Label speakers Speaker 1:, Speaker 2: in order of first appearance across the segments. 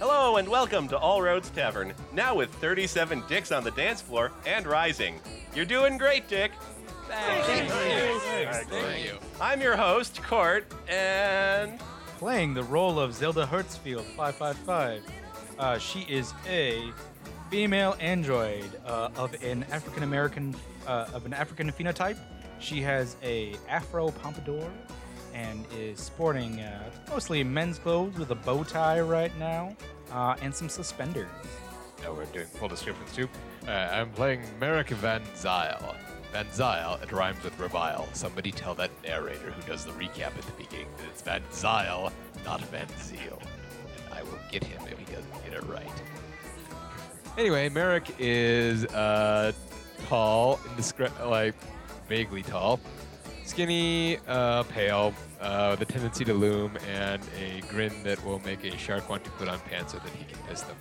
Speaker 1: Hello and welcome to All Roads Tavern, now with 37 dicks on the dance floor and rising. You're doing great, Dick.
Speaker 2: Thanks.
Speaker 3: Thank you.
Speaker 1: I'm your host, Court, and
Speaker 2: Playing the role of Zelda Hertzfield 555. Uh, she is a female android uh, of an African American uh, of an African phenotype. She has a afro pompadour and is sporting uh, mostly men's clothes with a bow tie right now uh, and some suspenders.
Speaker 3: Now we're doing full descriptions too. Uh, I'm playing Merrick Van Zyle. Van Zyle, it rhymes with revile. Somebody tell that narrator who does the recap at the beginning that it's Van Zyle, not Van Zeal. And I will get him if he doesn't get it right. Anyway, Merrick is uh, tall, indiscre- like vaguely tall, skinny, uh, pale, uh, with a tendency to loom, and a grin that will make a shark want to put on pants so that he can piss them.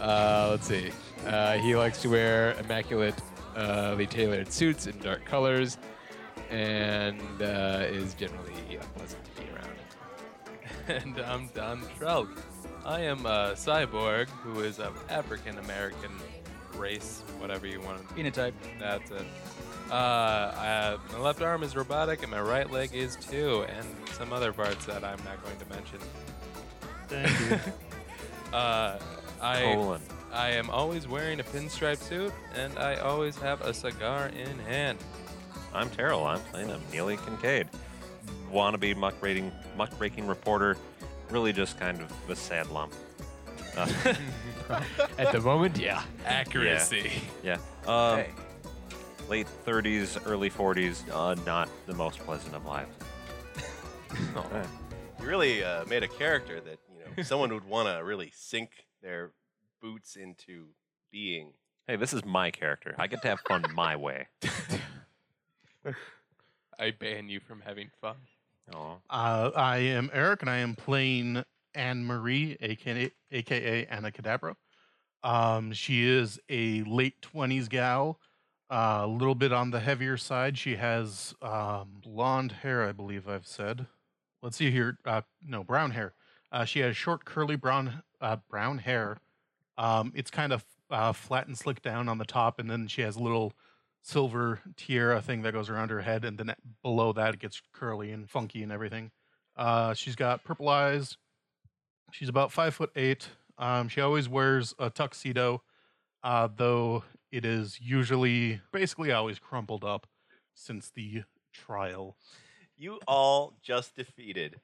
Speaker 3: Uh, let's see. Uh, he likes to wear immaculate, uh, tailored suits in dark colors, and uh, is generally unpleasant to be around.
Speaker 4: and I'm Don Trelg. I am a cyborg who is of African American race, whatever you want to
Speaker 2: Phenotype.
Speaker 4: That's it. Uh, I, my left arm is robotic and my right leg is too, and some other parts that I'm not going to mention.
Speaker 5: Thank you.
Speaker 4: Uh, I I am always wearing a pinstripe suit, and I always have a cigar in hand.
Speaker 5: I'm Terrell. I'm playing Amelia Kincaid. Wannabe muckraking, muckraking reporter. Really just kind of a sad lump. Uh,
Speaker 3: At the moment, yeah.
Speaker 5: Accuracy. yeah. Um,
Speaker 3: Hey.
Speaker 5: Late 30s, early 40s. Uh, not the most pleasant of lives. Uh,
Speaker 1: you really uh, made a character that you know someone would want to really sink their boots into being.
Speaker 5: Hey, this is my character. I get to have fun my way.
Speaker 4: I ban you from having fun.
Speaker 5: Oh,
Speaker 6: Uh, I am Eric, and I am playing Anne Marie, aka, aka Anna Cadabra. Um, she is a late twenties gal, uh, a little bit on the heavier side. She has um, blonde hair, I believe I've said. Let's see here. Uh, no, brown hair. Uh, she has short, curly brown uh, brown hair. Um, it's kind of uh, flat and slicked down on the top, and then she has a little silver tiara thing that goes around her head, and then below that it gets curly and funky and everything. Uh, she's got purple eyes. She's about five foot eight. Um, she always wears a tuxedo, uh, though it is usually basically always crumpled up since the trial.
Speaker 1: You all just defeated,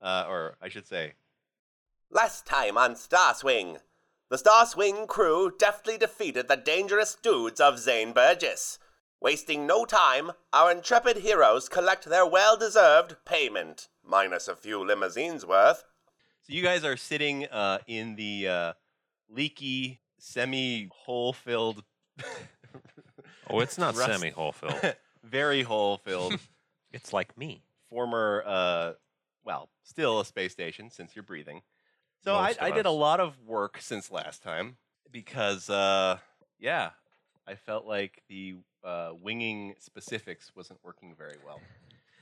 Speaker 1: uh, or I should say,
Speaker 7: Last time on Star Swing, the Star Swing crew deftly defeated the dangerous dudes of Zane Burgess. Wasting no time, our intrepid heroes collect their well deserved payment, minus a few limousines worth.
Speaker 1: So you guys are sitting uh, in the uh, leaky, semi-hole filled,
Speaker 5: oh it's not
Speaker 1: Rust-
Speaker 5: semi whole filled.
Speaker 1: very hole filled
Speaker 5: It's like me.
Speaker 1: former, uh, well, still a space station since you're breathing. So I,
Speaker 5: Most of
Speaker 1: I did a
Speaker 5: us.
Speaker 1: lot of work since last time because, uh, yeah, I felt like the uh, winging specifics wasn't working very well.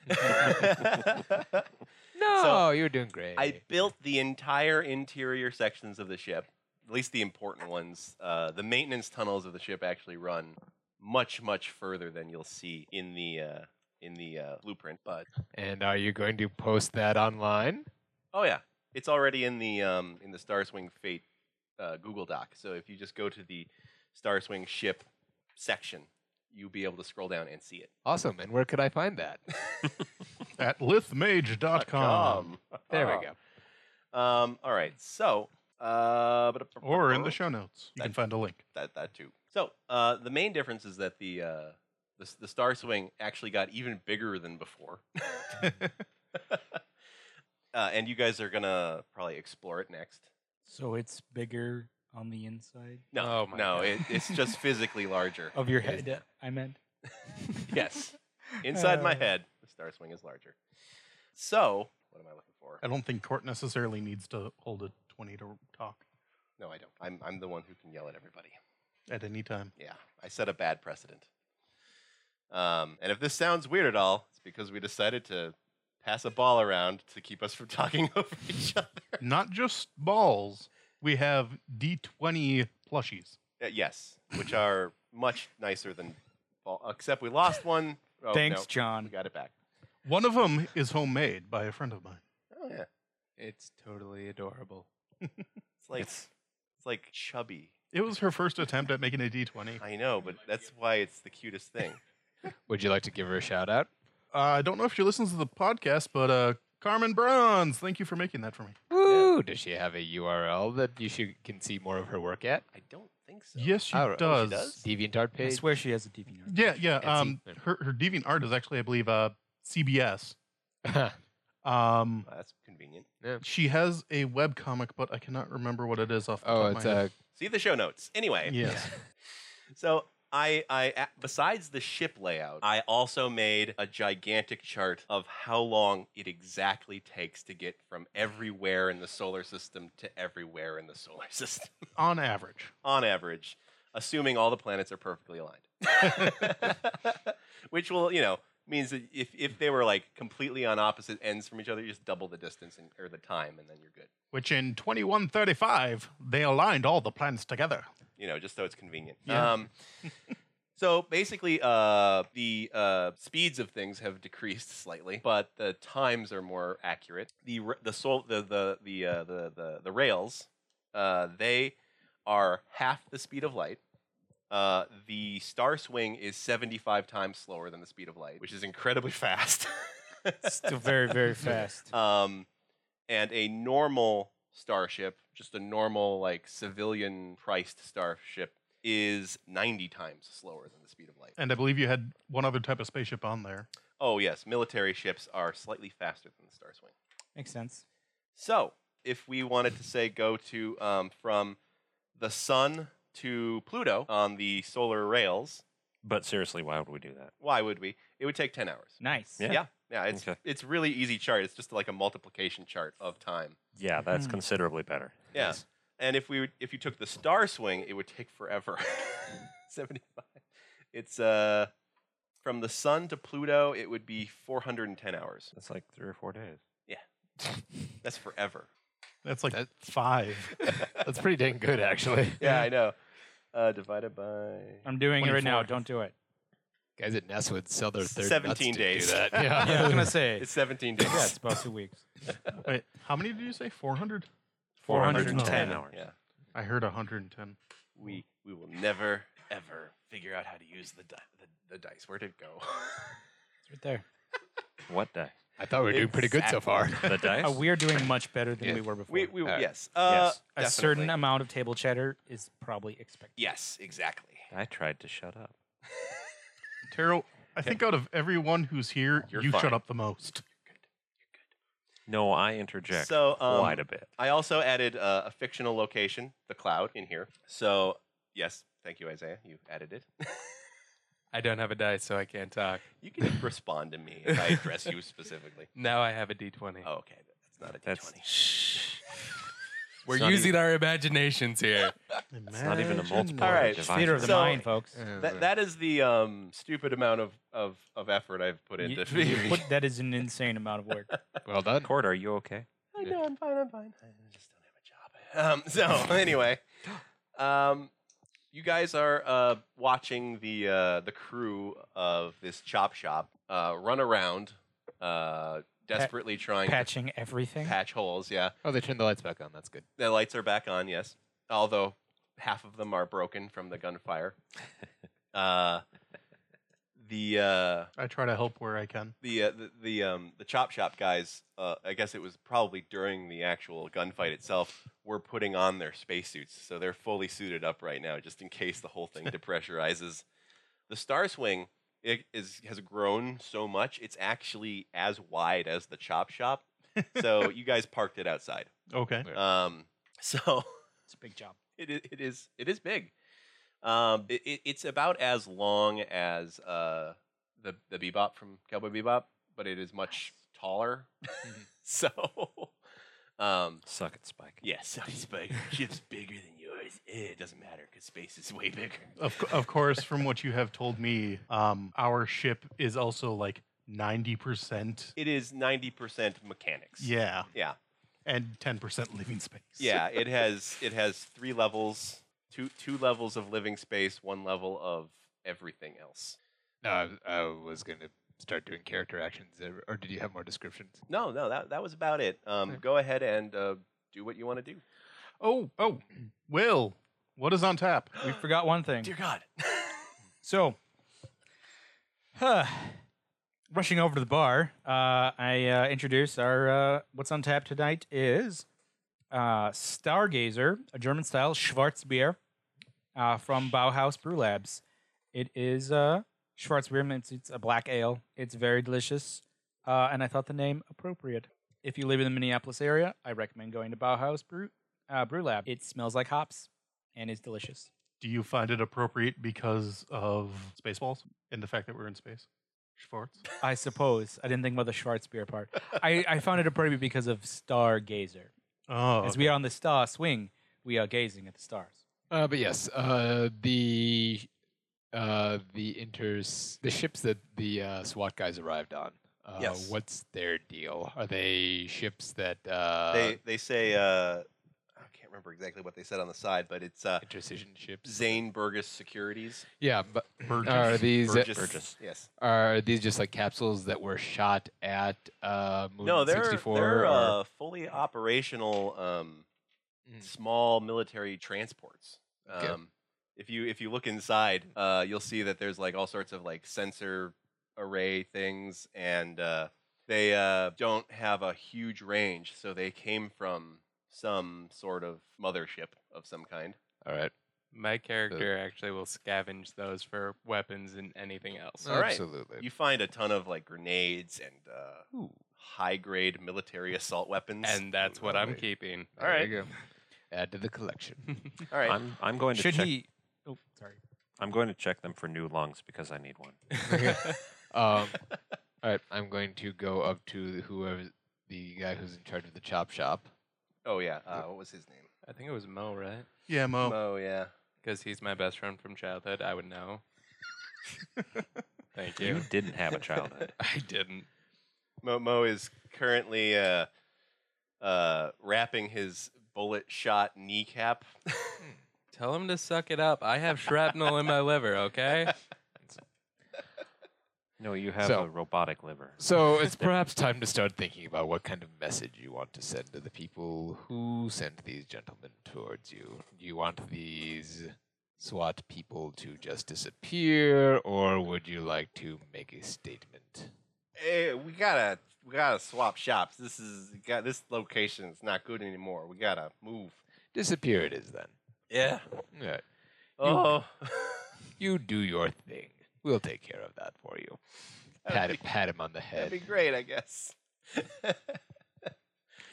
Speaker 3: No,
Speaker 1: So,
Speaker 3: you're doing great.
Speaker 1: I built the entire interior sections of the ship, at least the important ones. Uh, the maintenance tunnels of the ship actually run much, much further than you'll see in the uh, in the uh, blueprint. But
Speaker 3: and are you going to post that online?
Speaker 1: oh yeah, it's already in the um, in the Star Swing Fate uh, Google Doc. So if you just go to the Star Swing ship section, you'll be able to scroll down and see it.
Speaker 3: Awesome. And where could I find that?
Speaker 6: At lithmage.com
Speaker 3: There
Speaker 1: Oh,
Speaker 3: we go.
Speaker 1: Ah. Um, all right, so. Uh, but
Speaker 6: or in the show notes. You
Speaker 1: That-
Speaker 6: can find a link.
Speaker 1: that that too. So uh, the main difference is that the, uh, the s- the star swing actually got even bigger than before, uh, and you guys are gonna probably explore it next.
Speaker 2: So it's bigger on the inside
Speaker 1: No,
Speaker 4: Oh my
Speaker 1: no,
Speaker 4: God.
Speaker 1: it, it's just physically larger.
Speaker 2: of your head. I meant.
Speaker 1: Yes, inside my
Speaker 2: Uh.
Speaker 1: head, the star swing is larger. So what am I looking for?
Speaker 2: Uh,
Speaker 6: I don't think Court necessarily needs to hold a 20 to talk
Speaker 1: No, I don't. I'm I'm the one who can yell at everybody.
Speaker 6: at any time.
Speaker 1: Yeah, I set a bad precedent. Um, and if this sounds weird at all, it's because we decided to pass a ball around to keep us from talking over each other.
Speaker 6: Not just balls. we have D20 plushies.
Speaker 1: Uh, yes, which are much nicer than fall. Except we lost one. Oh,
Speaker 2: Thanks,
Speaker 1: no, We
Speaker 2: John.
Speaker 1: got it back.
Speaker 6: One of them is homemade by a friend of mine.
Speaker 1: Oh yeah,
Speaker 4: It's totally adorable.
Speaker 1: it's like it's, like chubby.
Speaker 6: It was her first attempt at making a D20. Uh,
Speaker 1: I know, but that's why it's the cutest thing.
Speaker 3: Would you like to give her a shout out?
Speaker 6: Uh, I don't know if she listens to the podcast, but uh, Carmen Bronze, thank you for making that for
Speaker 3: Oh.
Speaker 6: me.
Speaker 3: Woo! Does she have a URL that you should, can see more of her work at?
Speaker 1: I don't think so.
Speaker 6: Yes, she
Speaker 3: Oh, she
Speaker 6: does.
Speaker 1: does?
Speaker 3: DeviantArt
Speaker 2: I
Speaker 3: page?
Speaker 2: swear she has a DP.
Speaker 6: Yeah, yeah.
Speaker 3: Etsy.
Speaker 6: Um, her her deviant art is actually, I believe, uh, CBS. Um,
Speaker 1: Well, that's convenient.
Speaker 6: she has a web comic, but I cannot remember what it is off. The
Speaker 3: oh,
Speaker 6: top of
Speaker 3: it's
Speaker 6: my
Speaker 3: a.
Speaker 6: head.
Speaker 1: See the show notes. Anyway,
Speaker 6: yes.
Speaker 1: So I, I a- besides the ship layout, I also made a gigantic chart of how long it exactly takes to get from everywhere in the solar system to everywhere in the solar system
Speaker 6: On average,
Speaker 1: on average, assuming all the planets are perfectly aligned. Which will, you know, means that if, if they were like completely on opposite ends from each other, you just double the distance and, or the time and then you're good.
Speaker 6: which in 2135 they aligned all the planets together.
Speaker 1: you know, just so it's convenient.
Speaker 6: Yeah.
Speaker 1: Um, so basically, uh, the uh, speeds of things have decreased slightly, but the times are more accurate. The r- the sol- the the the, uh, the the the rails, uh, they are half the speed of light. Uh, the star swing is 75 times slower than the speed of light, which is incredibly fast.
Speaker 2: Still very, very fast.
Speaker 1: um, and a normal starship, just a normal like civilian priced starship, is 90 times slower than the speed of light.
Speaker 6: And I believe you had one other type of spaceship on there.
Speaker 1: Oh yes, military ships are slightly faster than the Star Swing.
Speaker 2: Makes sense.
Speaker 1: So if we wanted to say go to um, from the sun to Pluto on the solar rails,
Speaker 5: But seriously, why would we do that?
Speaker 1: why would we? It would take 10 hours.
Speaker 2: Nice.
Speaker 5: Yeah.
Speaker 1: Yeah, yeah, it's
Speaker 5: Okay.
Speaker 1: it's really easy chart. It's just like a multiplication chart of time.
Speaker 5: Yeah, that's
Speaker 2: Mhm.
Speaker 5: considerably better.
Speaker 1: Yeah. And if we would- if you took the star swing, it would take forever. 75. It's uh from the sun to Pluto, it would be 410 hours.
Speaker 5: That's like three or four days.
Speaker 1: That's forever.
Speaker 6: That's like
Speaker 3: That-
Speaker 6: five.
Speaker 3: That's pretty dang good, actually.
Speaker 1: Yeah, I know. Uh, divided by
Speaker 2: I'm doing it right now.
Speaker 6: 24.
Speaker 2: Don't do it.
Speaker 3: Guys at Ness would sell their third
Speaker 1: 17
Speaker 3: nuts to do
Speaker 1: days.
Speaker 3: that.
Speaker 2: Yeah, I was
Speaker 3: Yeah.
Speaker 2: gonna say.
Speaker 1: it's 17 days.
Speaker 2: yeah, it's about two weeks.
Speaker 6: Wait, how many did you say? 400?
Speaker 2: 410.
Speaker 5: hours.
Speaker 1: Yeah.
Speaker 6: I heard 110.
Speaker 1: We we will never ever figure out how to use the di- the, the dice. Where'd it go?
Speaker 2: It's right there.
Speaker 5: What day?
Speaker 3: I thought we were doing pretty good so far.
Speaker 5: The dice?
Speaker 2: Uh, we are doing much better than
Speaker 3: Yeah.
Speaker 2: we were before.
Speaker 1: we we
Speaker 3: Uh,
Speaker 1: yes. Uh,
Speaker 5: yes.
Speaker 2: a certain
Speaker 1: definitely.
Speaker 2: amount of table chatter is probably expected.
Speaker 1: Yes, exactly.
Speaker 5: I tried to shut up.
Speaker 6: Terrell, I think out of everyone who's here,
Speaker 1: You're
Speaker 6: you
Speaker 1: fine.
Speaker 6: shut up the most.
Speaker 5: No, I interject
Speaker 1: So, um,
Speaker 5: quite a bit.
Speaker 1: I also added uh, a fictional location, the cloud, in here. So, yes, thank you, Isaiah. You added it.
Speaker 4: I don't have a dice, so I can't talk.
Speaker 1: you can respond to me if I address you specifically.
Speaker 4: Now I have a D20.
Speaker 1: Oh, okay, that's not a
Speaker 5: That's
Speaker 1: d20.
Speaker 4: We're
Speaker 5: It's not
Speaker 4: using our imaginations here.
Speaker 5: It's not even a multiple.
Speaker 1: All right,
Speaker 5: divide.
Speaker 2: Theater of the
Speaker 1: So-
Speaker 2: mind, folks.
Speaker 3: uh,
Speaker 1: That, that is the um, stupid amount of, of, of effort I've put
Speaker 2: You-
Speaker 1: into
Speaker 2: you
Speaker 1: figuring.
Speaker 2: put- that is an insane amount of work.
Speaker 3: well done.
Speaker 5: Cord, are you okay?
Speaker 1: I know, I'm fine, I'm fine. I just don't have a job. Um, so anyway, um, you guys are uh, watching the uh, the crew of this chop shop uh, run around, uh, desperately trying
Speaker 2: Patching everything.
Speaker 1: to patch holes. Yeah,
Speaker 3: Oh, they turned the lights back on. That's good.
Speaker 1: the lights are back on. Yes, although half of them are broken from the gunfire. uh, the uh,
Speaker 6: I try to help where I can.
Speaker 1: the uh, the the, um, the chop shop guys. Uh, I guess it was probably during the actual gunfight itself. Were putting on their spacesuits, so they're fully suited up right now, just in case the whole thing depressurizes. The Star Swing it is has grown so much; it's actually as wide as the chop shop. so you guys parked it outside.
Speaker 6: Okay.
Speaker 1: Um, so
Speaker 2: It's a big job.
Speaker 1: it, i- it is it is big. Um, it, it, it's about as long as uh, the the bebop from Cowboy Bebop, but it is much taller. Mm-hmm. so, um,
Speaker 5: Suck it, Spike.
Speaker 1: yeah, so it's big. Ship's bigger than yours. Eh, It doesn't matter because space is way bigger.
Speaker 6: Of, cou- of course, from what you have told me, um, our ship is also like 90%.
Speaker 1: It is ninety percent mechanics.
Speaker 6: Yeah.
Speaker 1: yeah.
Speaker 6: and 10% living space.
Speaker 1: Yeah, it has it has three levels, two two levels of living space, one level of everything else.
Speaker 3: No, I, I was going to start doing character actions, or- or did you have more descriptions?
Speaker 1: No, no, that that was about it. Um, go ahead and uh, do what you want to do.
Speaker 6: Oh, oh, Will, what is on tap?
Speaker 2: We forgot one thing.
Speaker 1: God,
Speaker 2: So, huh, rushing over to the bar, uh, I uh, introduce our uh, what's on tap tonight is uh, Stargazer, a German style Schwarzbier uh, from Bauhaus Brew Labs. It is uh, Schwarzbier, it's, it's a black ale. It's very delicious, uh, and I thought the name appropriate. If you live in the Minneapolis area, I recommend going to Bauhaus Brew, uh, Brew Lab. It smells like hops and is delicious.
Speaker 6: Do you find it appropriate because of Spaceballs and the fact that we're in space? Schwartz?
Speaker 2: I suppose. I didn't think about the Schwarzbier part. I, I found it appropriate because of Stargazer.
Speaker 6: Oh,
Speaker 2: As we are on the star swing, we are gazing at the stars.
Speaker 3: Uh, but yes, uh, the uh, the inters the ships that the uh, SWAT guys arrived on. Uh,
Speaker 1: Yes.
Speaker 3: What's their deal? Are they ships that uh,
Speaker 1: they they say uh, I can't remember exactly what they said on the side, but it's uh,
Speaker 3: intercision ships?
Speaker 1: Zane Burgess Securities.
Speaker 3: Yeah, but
Speaker 6: Burgess.
Speaker 3: are these uh,
Speaker 1: Burgess.
Speaker 5: Burgess.
Speaker 1: Yes.
Speaker 3: are these just like capsules that were shot at uh, Moon
Speaker 1: No, they're
Speaker 3: 64?
Speaker 1: they're
Speaker 3: or-
Speaker 1: uh, fully operational um,
Speaker 3: Mm.
Speaker 1: small military transports. Um,
Speaker 3: Okay.
Speaker 1: If you if you look inside, uh, you'll see that there's like all sorts of like sensor array things, and uh, they uh, don't have a huge range, so they came from some sort of mothership of some kind.
Speaker 3: all right,
Speaker 4: My character actually will scavenge those for weapons and anything else.
Speaker 1: All right.
Speaker 3: absolutely.
Speaker 1: You find a ton of like grenades and uh, high grade military assault weapons.
Speaker 4: And that's what I'm
Speaker 3: Alright.
Speaker 4: keeping.
Speaker 1: all right,
Speaker 3: There you go. Add to the collection.
Speaker 1: all right.
Speaker 5: I'm, I'm going to
Speaker 2: Should
Speaker 5: check.
Speaker 2: he? Oh, sorry.
Speaker 5: I'm going to check them for new lungs because I need one.
Speaker 3: um, all right, I'm going to go up to whoever the guy who's in charge of the chop shop.
Speaker 1: oh yeah. Uh, what was his name?
Speaker 4: I think it was Mo, right?
Speaker 3: uh,
Speaker 6: yeah, Mo.
Speaker 1: Oh yeah.
Speaker 4: Because he's my best friend from childhood. I would know. Thank you.
Speaker 5: You didn't have a childhood.
Speaker 4: I didn't.
Speaker 1: Mo, Mo is currently uh, uh, wrapping his bullet shot kneecap.
Speaker 4: Tell him to suck it up. I have shrapnel in my liver, okay?
Speaker 5: No, you have
Speaker 3: So-
Speaker 5: a robotic liver.
Speaker 3: So it's perhaps time to start thinking about what kind of message you want to send to the people who sent these gentlemen towards you. Do you want these SWAT people to just disappear, or would you like to make a statement?
Speaker 1: hey, we gotta we gotta swap shops. This is got this location is not good anymore. We gotta move.
Speaker 3: Disappear it is then.
Speaker 1: Yeah.
Speaker 3: All right.
Speaker 1: Oh.
Speaker 3: You do your thing. We'll take care of that for you. Pat,
Speaker 1: That'd be-
Speaker 3: pat him on the head.
Speaker 1: That'd be great, I guess.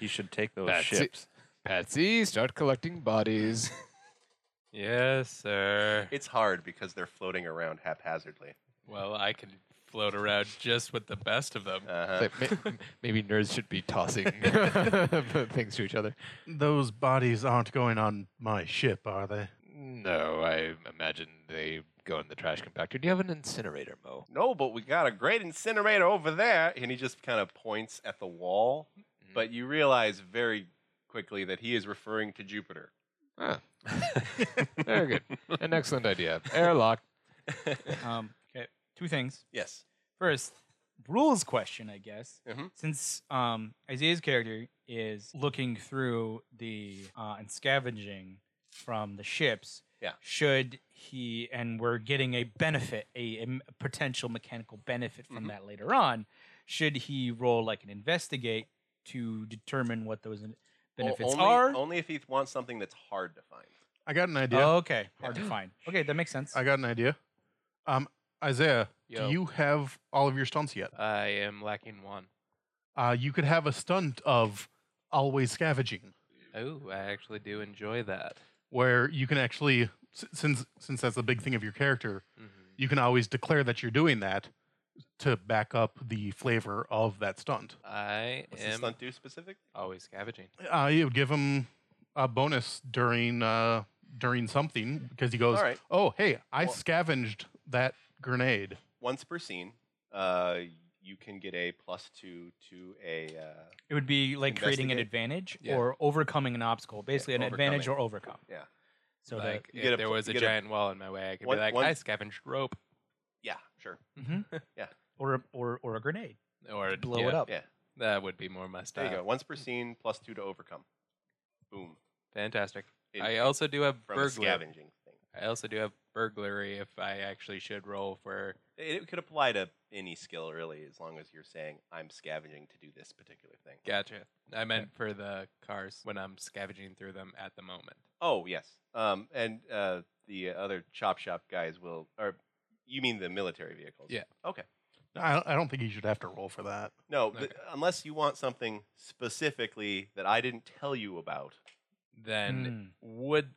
Speaker 5: You should take those
Speaker 3: That's it.
Speaker 5: ships.
Speaker 3: Patsy, start collecting bodies.
Speaker 4: Yes, sir.
Speaker 1: it's hard because they're floating around haphazardly.
Speaker 4: Well, I can float around just with the best of them.
Speaker 1: Uh-huh.
Speaker 3: Like, may- m- maybe nerds should be tossing things to each other.
Speaker 6: Those bodies aren't going on my ship, are they?
Speaker 3: No, I imagine they go in the trash compactor. Do you have an incinerator, Mo?
Speaker 1: No, but we got a great incinerator over there. And he just kind of points at the wall. But you realize very quickly that he is referring to Jupiter.
Speaker 3: Ah. Very good. An excellent idea. Airlock.
Speaker 2: Um, okay, two things.
Speaker 1: Yes.
Speaker 2: First, rules question, I guess.
Speaker 1: Mhm.
Speaker 2: Since um, Isaiah's character is looking through the uh, and scavenging from the ships,
Speaker 1: Yeah.
Speaker 2: should he and we're getting a benefit, a, a m- a potential mechanical benefit from
Speaker 1: Mhm.
Speaker 2: that later on, should he roll like an investigate to determine what those in-
Speaker 1: O-
Speaker 2: benefits
Speaker 1: only,
Speaker 2: are?
Speaker 1: Only if he th- wants something that's hard to find.
Speaker 6: I got an idea.
Speaker 3: Oh.
Speaker 2: okay, hard to find. Okay, that makes sense.
Speaker 6: I got an idea. Um, Isaiah,
Speaker 4: Yo.
Speaker 6: do you have all of your stunts yet?
Speaker 4: I am lacking one.
Speaker 6: Uh, you could have a stunt of always scavenging,
Speaker 4: Oh, I actually do enjoy that.
Speaker 6: where you can actually, s- since since that's the big thing of your character,
Speaker 1: Mm-hmm.
Speaker 4: Mhm.
Speaker 6: you can always declare that you're doing that to back up the flavor of that stunt.
Speaker 4: I
Speaker 1: What's the
Speaker 4: am
Speaker 1: stunt do specifically?
Speaker 4: always scavenging.
Speaker 6: Uh, you would give him a bonus during uh, during something because he goes,
Speaker 1: All right.
Speaker 6: "Oh, hey, I
Speaker 1: Well-
Speaker 6: scavenged that grenade."
Speaker 1: Once per scene, uh, you can get a plus two to a. Uh,
Speaker 2: It would be like creating an
Speaker 1: Investigate.
Speaker 2: advantage
Speaker 4: Yeah.
Speaker 2: or overcoming an obstacle. Basically, an advantage or
Speaker 1: overcoming.
Speaker 2: overcome.
Speaker 1: Yeah.
Speaker 2: So
Speaker 4: like
Speaker 1: you
Speaker 4: if
Speaker 1: get a-
Speaker 4: there was a
Speaker 1: you get a-
Speaker 4: giant wall in my way, I could
Speaker 1: One-
Speaker 4: be like,
Speaker 1: one-
Speaker 4: I scavenged rope
Speaker 1: yeah, sure.
Speaker 2: that, hmm
Speaker 1: Yeah.
Speaker 2: Or a, or or a grenade.
Speaker 4: or
Speaker 2: Blow
Speaker 4: yeah,
Speaker 2: it up.
Speaker 1: Yeah,
Speaker 4: That would be more my
Speaker 1: there
Speaker 4: style.
Speaker 1: you go. uh, Once per scene, plus two to overcome. Boom.
Speaker 4: Fantastic.
Speaker 1: It-
Speaker 4: I also do have
Speaker 1: from a
Speaker 4: burglary.
Speaker 1: scavenging thing.
Speaker 4: I also do have burglary if I actually should roll for.
Speaker 1: It, it could apply to any skill really, as long as you're saying I'm scavenging to do this particular thing.
Speaker 4: Gotcha. I meant for the cars when I'm scavenging through them at the moment.
Speaker 1: Oh yes. Um, and uh, the other chop shop guys will, or you mean the military vehicles?
Speaker 4: Yeah.
Speaker 1: Okay.
Speaker 6: I, I don't think you should have to roll for that.
Speaker 1: No,
Speaker 4: Okay.
Speaker 1: th- unless you want something specifically that I didn't tell you about.
Speaker 4: Then
Speaker 1: Hmm.
Speaker 4: would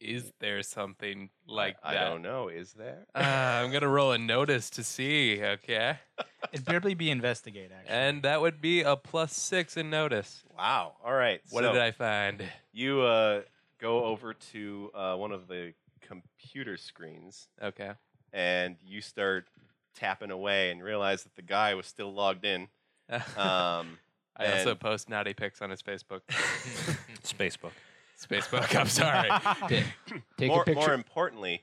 Speaker 4: is there something like
Speaker 1: I
Speaker 4: that?
Speaker 1: don't know. Is there?
Speaker 4: Uh, I'm gonna roll a notice to see. Okay,
Speaker 2: It'd barely be investigate actually.
Speaker 4: and that would be a plus six in notice.
Speaker 1: Wow. All right.
Speaker 4: What
Speaker 1: so
Speaker 4: did I find?
Speaker 1: You uh, go over to uh, one of the computer screens
Speaker 4: Okay.
Speaker 1: and you start tapping away and realize that the guy was still logged in. Um,
Speaker 4: I also
Speaker 1: and-
Speaker 4: post naughty pics on his Facebook.
Speaker 5: It's Facebook.
Speaker 4: Facebook. I'm sorry.
Speaker 3: Take, take
Speaker 1: more,
Speaker 3: a picture.
Speaker 1: more importantly,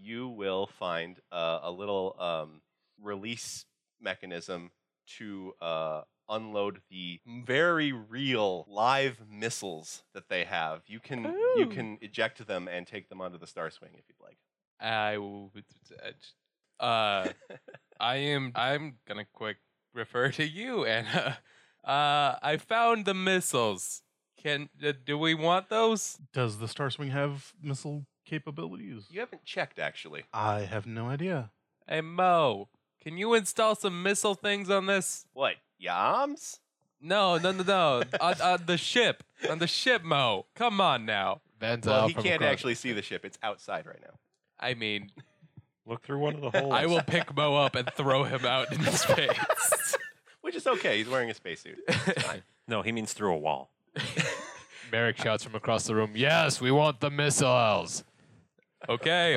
Speaker 1: you will find uh, a little um, release mechanism to uh, unload the very real live missiles that they have. You can you
Speaker 4: Ooh.
Speaker 1: can eject them and take them onto the Star Swing if you'd like.
Speaker 4: I will. Uh, I am. I'm gonna quick refer to you, Anna. Uh, I found the missiles. Can uh, do we want those?
Speaker 6: Does the Star Swing have missile capabilities?
Speaker 1: You haven't checked actually.
Speaker 6: I have no idea.
Speaker 4: Hey Mo, can you install some missile things on this?
Speaker 1: What yams?
Speaker 4: No, no, no, no. on, on the ship, on the ship, Mo. Come on now.
Speaker 3: Van Zyl
Speaker 1: Well, he
Speaker 3: from
Speaker 1: can't
Speaker 3: across-
Speaker 1: actually see the ship. It's outside right now.
Speaker 4: I mean,
Speaker 5: Look through one of the holes.
Speaker 4: I will pick Mo up and throw him out into space.
Speaker 1: Which is okay. He's wearing a spacesuit. It's fine.
Speaker 5: No, he means through a wall.
Speaker 3: Merrick shouts from across the room. Yes, we want the missiles.
Speaker 4: okay,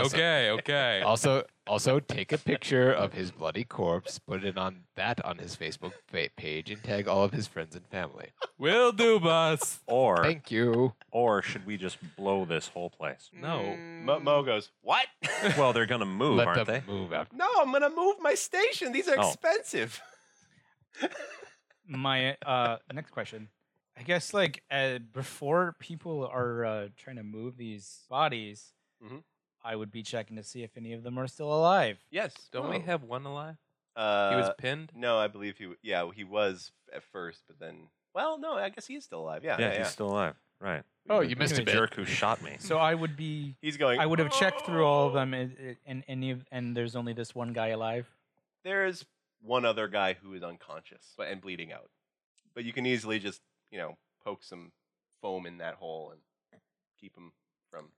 Speaker 4: okay, okay.
Speaker 3: Also, also take a picture of his bloody corpse, put it on that on his Facebook fa- page, and tag all of his friends and family.
Speaker 4: Will do, boss.
Speaker 5: Or
Speaker 3: Thank you.
Speaker 5: or should we just blow this whole place?
Speaker 4: No.
Speaker 1: Mo, Mo goes, "What?
Speaker 5: Well, they're gonna move,
Speaker 3: Let
Speaker 5: aren't
Speaker 3: them
Speaker 5: they?
Speaker 3: move out.
Speaker 1: no, I'm gonna move my station. These are
Speaker 5: Oh.
Speaker 1: expensive."
Speaker 2: my uh next question i guess like uh, before people are uh, trying to move these bodies
Speaker 3: Mm-hmm.
Speaker 1: Mhm.
Speaker 2: i would be checking to see if any of them are still alive
Speaker 1: Yes.
Speaker 4: Don't we
Speaker 1: Mo.
Speaker 4: have one alive?
Speaker 1: Oh. Uh,
Speaker 4: he was pinned.
Speaker 1: No, I believe he. w- Yeah, he was at first, but then. Well, no, I guess he is still alive. Yeah,
Speaker 5: yeah,
Speaker 1: yeah.
Speaker 5: he's
Speaker 1: yeah.
Speaker 5: still alive. Right.
Speaker 3: Oh, you missed
Speaker 5: It's
Speaker 3: a
Speaker 5: a
Speaker 3: bit.
Speaker 5: jerk who shot me.
Speaker 2: so i would be
Speaker 1: He's going. "Oh!"
Speaker 2: i would have checked through all of them and and- and any of and there's only this one guy alive
Speaker 1: There is one other guy who is unconscious but, and bleeding out, but you can easily just you know poke some foam in that hole and keep him from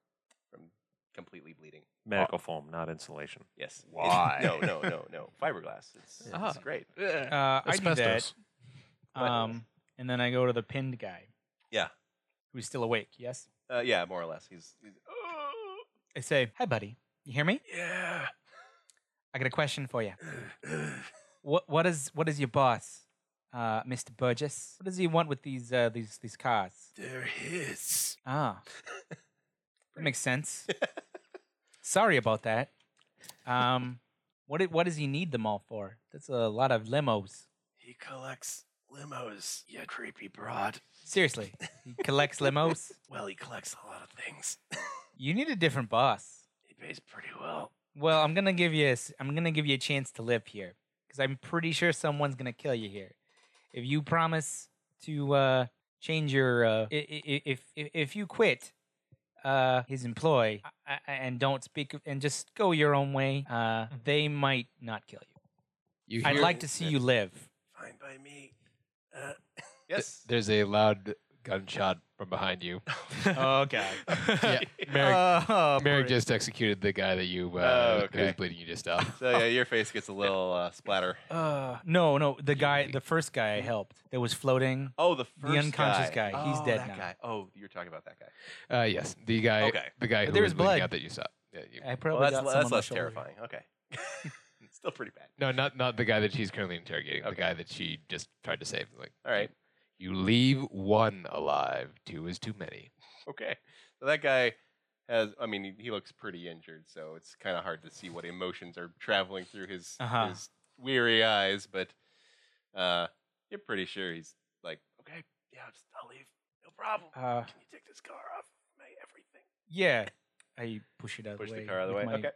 Speaker 1: from completely bleeding.
Speaker 5: Medical foam, not insulation.
Speaker 1: Yes. It-
Speaker 3: Why?
Speaker 1: no, no, no, no. Fiberglass. It's,
Speaker 4: Ah.
Speaker 1: it's great.
Speaker 3: Eh,
Speaker 2: uh, i do that
Speaker 6: Asbestos.
Speaker 1: But-
Speaker 2: um and then i go to the pinned guy
Speaker 1: Yeah.
Speaker 2: who's still awake yes
Speaker 1: Uh, yeah, more or less. He's, he's
Speaker 2: i say hi buddy you hear me
Speaker 1: yeah.
Speaker 2: I got a question for you. what what is what is your boss, uh, Mr. Burgess? What does he want with these uh, these these cars?
Speaker 1: They're his.
Speaker 2: Ah, that makes sense. Sorry about that. Um, what did, what does he need them all for? That's a lot of limos.
Speaker 1: He collects limos. You creepy broad.
Speaker 2: Seriously, he collects limos.
Speaker 1: Well, he collects a lot of things.
Speaker 2: You need a different boss.
Speaker 1: He pays pretty well.
Speaker 2: Well, I'm gonna give you a, s- I'm gonna give you a chance to live here because I'm pretty sure someone's gonna kill you here. If you promise to uh, change your uh, i- i- i- if if if you quit uh, his employ a- a- and don't speak and just go your own way, uh,
Speaker 1: Mm-hmm.
Speaker 2: they might not kill you.
Speaker 3: You
Speaker 2: I'd like to see you live.
Speaker 1: Fine by me. Uh, yes.
Speaker 3: There's a loud gunshot from behind you.
Speaker 2: Oh God.
Speaker 3: yeah, Merrick,
Speaker 2: Oh,
Speaker 3: Merrick
Speaker 2: boy.
Speaker 3: just executed the guy that you
Speaker 1: Oh,
Speaker 3: uh, who
Speaker 1: okay.
Speaker 3: was bleeding you just out.
Speaker 1: so yeah, your face gets a little uh, splatter.
Speaker 2: Uh, no, no, the guy, the first guy I helped that was floating.
Speaker 1: Oh, the first
Speaker 2: The unconscious guy, he's
Speaker 1: Oh,
Speaker 2: dead
Speaker 1: that
Speaker 2: now.
Speaker 1: guy. Oh, you're talking about that guy.
Speaker 3: Uh, yes, the guy.
Speaker 1: Okay.
Speaker 3: The guy
Speaker 2: But
Speaker 3: who
Speaker 2: there
Speaker 3: was
Speaker 2: was
Speaker 3: bleeding
Speaker 2: blood.
Speaker 3: out that you saw. Yeah, you,
Speaker 2: I
Speaker 1: Well,
Speaker 2: probably
Speaker 1: that's,
Speaker 2: got
Speaker 1: le-
Speaker 2: someone on
Speaker 1: that's
Speaker 2: the
Speaker 1: less
Speaker 2: shoulder.
Speaker 1: terrifying. Okay. Still pretty bad.
Speaker 3: No, not not the guy that she's currently interrogating. The guy that she just tried to save. Like,
Speaker 1: All right.
Speaker 3: you leave one alive. Two is too many.
Speaker 1: Okay. So that guy has, I mean, he, he looks pretty injured, so it's kind of hard to see what emotions are traveling through his,
Speaker 2: Uh-huh.
Speaker 1: his weary eyes, but uh, you're pretty sure he's like, okay, yeah, I'll just, I'll leave. No problem.
Speaker 2: Uh,
Speaker 1: Can you take this car off my everything?
Speaker 2: yeah. I push it out of
Speaker 1: Push
Speaker 2: the way.
Speaker 1: the car out of the way.
Speaker 2: with my
Speaker 1: Okay.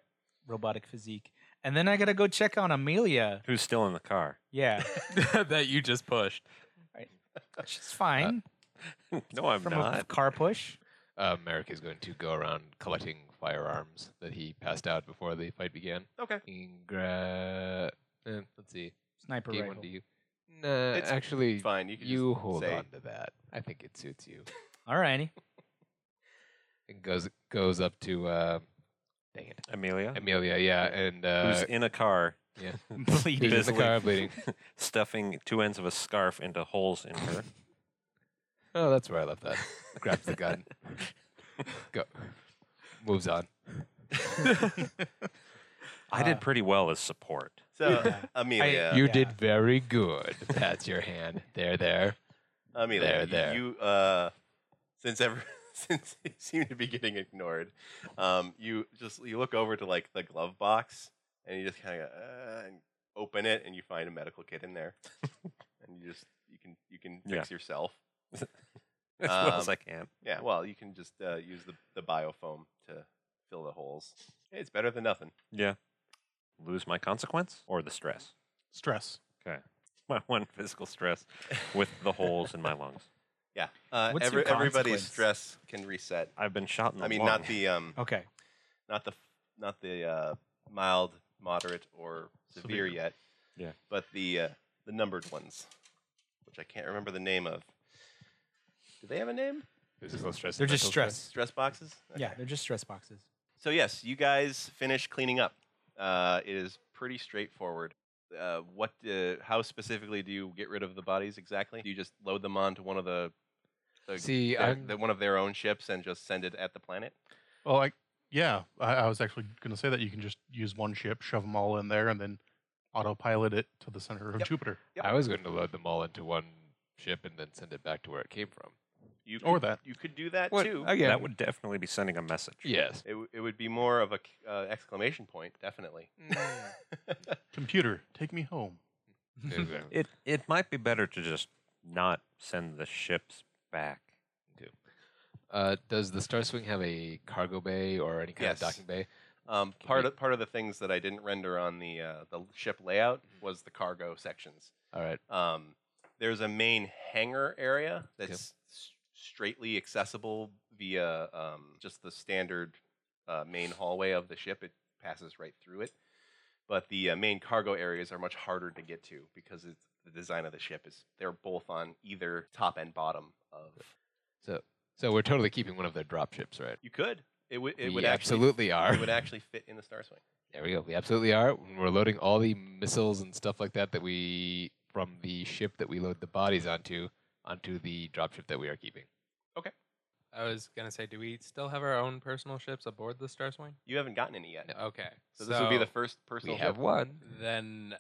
Speaker 2: Robotic physique. And then I gotta go check on Amelia.
Speaker 5: Who's still in the car?
Speaker 2: Yeah.
Speaker 4: that you just pushed.
Speaker 2: She's fine.
Speaker 1: Uh,
Speaker 5: No, I'm
Speaker 2: from a
Speaker 5: not.
Speaker 2: car push.
Speaker 3: Uh, Merrick is going to go around collecting firearms that he passed out before the fight began.
Speaker 1: Okay.
Speaker 3: Ingra- eh, let's see.
Speaker 2: Sniper
Speaker 3: Gave
Speaker 2: rifle.
Speaker 3: one to you. Nah,
Speaker 1: It's
Speaker 3: actually,
Speaker 1: It's fine. You can
Speaker 3: you
Speaker 1: just
Speaker 3: hold
Speaker 1: say,
Speaker 3: on to that. I think it suits you.
Speaker 2: Alrighty.
Speaker 3: and goes goes up to uh, dang it,
Speaker 5: Amelia,
Speaker 3: Amelia. Yeah, and uh,
Speaker 5: who's in a car,
Speaker 3: yeah,
Speaker 2: Bleeding.
Speaker 3: who's in
Speaker 5: Busily.
Speaker 3: the car bleeding.
Speaker 5: stuffing two ends of a scarf into holes in her.
Speaker 3: Oh, that's where I left that. Grabs the gun. Go. Moves on.
Speaker 5: I did pretty well as support.
Speaker 1: So, Amelia.
Speaker 3: You
Speaker 2: Yeah.
Speaker 3: did very good. Pats your hand. There, there.
Speaker 1: Amelia,
Speaker 3: There,
Speaker 1: you-
Speaker 3: there.
Speaker 1: You, uh, since ever since you seem to be getting ignored, um, you just you look over to like the glove box and you just kind of uh, and open it and you find a medical kit in there, and you just you can you can fix yourself.
Speaker 5: As well as
Speaker 1: Um,
Speaker 5: I can.
Speaker 1: Yeah, well, you can just uh, use the the biofoam to fill the holes. It's better than nothing.
Speaker 5: Yeah. Lose my consequence or the stress.
Speaker 6: Stress.
Speaker 5: My one physical stress with the holes in my lungs.
Speaker 1: Yeah, uh,
Speaker 2: What's
Speaker 1: every-
Speaker 2: your
Speaker 1: everybody's
Speaker 2: consequence?
Speaker 1: stress can reset.
Speaker 5: I've been shot in the
Speaker 1: I mean,
Speaker 5: lung.
Speaker 1: not the um,
Speaker 2: Okay.
Speaker 1: not the not the uh, mild, moderate, or severe
Speaker 6: Severe.
Speaker 1: yet.
Speaker 5: Yeah.
Speaker 1: But the uh, the numbered ones, which I can't remember the name of. Do they have a name?
Speaker 3: Physical stress.
Speaker 2: They're
Speaker 3: and
Speaker 2: just
Speaker 3: mental
Speaker 2: stress.
Speaker 1: Stress boxes.
Speaker 2: Yeah, they're just stress boxes.
Speaker 1: So yes, you guys finish cleaning up. Uh, it is pretty straightforward. Uh, what? Uh, how specifically do you get rid of the bodies exactly? Do you just load them onto one of the, the
Speaker 3: See,
Speaker 1: their-
Speaker 3: I'm-
Speaker 1: the- one of their own ships and just send it at the planet?
Speaker 6: Well, I yeah, I, I was actually going to say that you can just use one ship, shove them all in there, and then autopilot it to the center of
Speaker 1: Yep.
Speaker 6: Jupiter
Speaker 1: Yep.
Speaker 3: I was going to load them all into one ship and then send it back to where it came from.
Speaker 1: You could,
Speaker 6: Or that.
Speaker 1: you could do that too.
Speaker 3: Again.
Speaker 5: That would definitely be sending a message.
Speaker 3: yes.
Speaker 1: It, w- it would be more of a c- uh, exclamation point, definitely.
Speaker 6: computer. Take me home.
Speaker 3: Exactly.
Speaker 5: It it might be better to just not send the ships back.
Speaker 3: Uh, does the Star Swing have a cargo bay or any kind
Speaker 1: Yes.
Speaker 3: of docking bay?
Speaker 1: Um, part
Speaker 3: we-
Speaker 1: of part of the things that I didn't render on the uh, the ship layout
Speaker 3: Mm-hmm.
Speaker 1: was the cargo sections.
Speaker 3: All right.
Speaker 1: Um, there's a main hangar area that's s- straightly accessible via um, just the standard uh, main hallway of the ship. It passes right through it. But the uh, main cargo areas are much harder to get to because it's, the design of the ship is they're both on either top and bottom of.
Speaker 3: So, so we're totally keeping one of their drop ships, right?
Speaker 1: You could. It would. It
Speaker 3: we
Speaker 1: would actually.
Speaker 3: absolutely are.
Speaker 1: It would actually fit in the Star Swing.
Speaker 3: There we go. We absolutely are. When we're loading all the missiles and stuff like that that we from the ship that we load the bodies onto onto the dropship that we are keeping.
Speaker 4: I was gonna say, do we still have our own personal ships aboard the Star Swing?
Speaker 1: You haven't gotten any yet.
Speaker 4: Okay,
Speaker 1: So, this would be the
Speaker 4: so
Speaker 1: first personal.
Speaker 3: we have
Speaker 1: ship.
Speaker 3: one.
Speaker 4: Then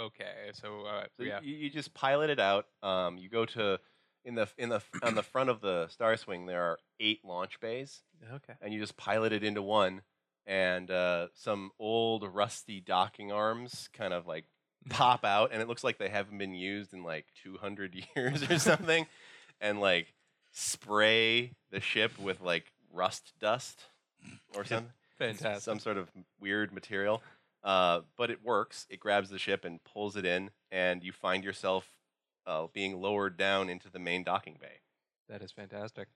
Speaker 4: okay, so uh,
Speaker 1: So
Speaker 4: yeah,
Speaker 1: you, you just pilot it out. Um, you go to in the in the on the front of the Star Swing. There are eight launch bays,
Speaker 4: okay.
Speaker 1: and you just pilot it into one. And uh, some old rusty docking arms kind of like pop out, and it looks like they haven't been used in like 200 years or something, and like spray the ship with like rust dust or something.
Speaker 4: Fantastic.
Speaker 1: some sort of weird material. Uh, but it works. It grabs the ship and pulls it in, and you find yourself uh, being lowered down into the main docking bay.
Speaker 4: that is fantastic.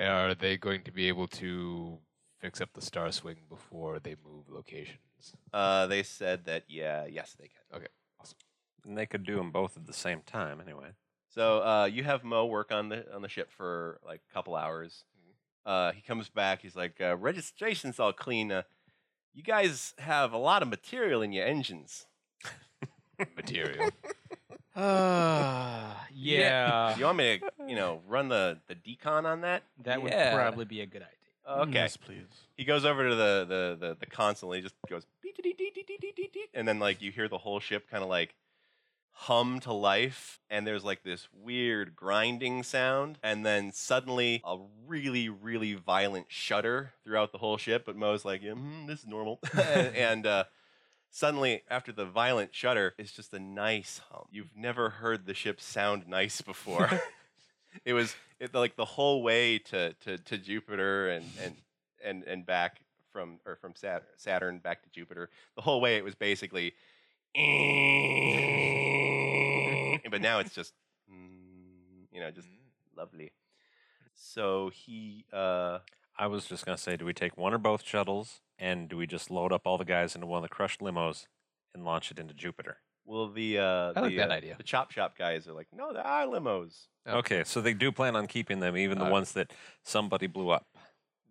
Speaker 3: Are they going to be able to fix up the star swing before they move locations?
Speaker 1: Uh, they said that, yeah, yes, they can.
Speaker 5: And they could do them both at the same time anyway.
Speaker 1: So uh, you have Mo work on the on the ship for like a couple hours. Uh, he comes back. He's like, uh, "Registration's all clean. Uh, you guys have a lot of material in your engines.
Speaker 3: Material.
Speaker 2: Uh, yeah.
Speaker 1: Do you want me to, you know, run the the decon on that? Uh,
Speaker 2: That would
Speaker 4: Yeah.
Speaker 2: probably be a good idea.
Speaker 1: Okay."
Speaker 6: Yes, please.
Speaker 1: He goes over to the the the, the console. And he just goes beep. and then like you hear the whole ship kind of like hum to life and there's like this weird grinding sound and then suddenly a really really violent shudder throughout the whole ship but mo's like yeah, mm, this is normal and uh Suddenly, after the violent shudder, it's just a nice hum. You've never heard the ship sound nice before. it was it, like the whole way to, to, to Jupiter and, and and and back from or from Saturn, Saturn back to Jupiter. The whole way it was basically, but now it's just mm, you know just lovely. So he uh,
Speaker 5: I was just gonna say, do we take one or both shuttles, and do we just load up all the guys into one of the crushed limos and launch it into Jupiter?
Speaker 1: will the uh,
Speaker 3: I like
Speaker 1: the,
Speaker 3: that
Speaker 1: uh,
Speaker 3: idea.
Speaker 1: The chop shop guys are like, no, there are limos.
Speaker 3: Oh.
Speaker 5: Okay, so they do plan on keeping them, even the
Speaker 3: Uh,
Speaker 5: ones that somebody blew up.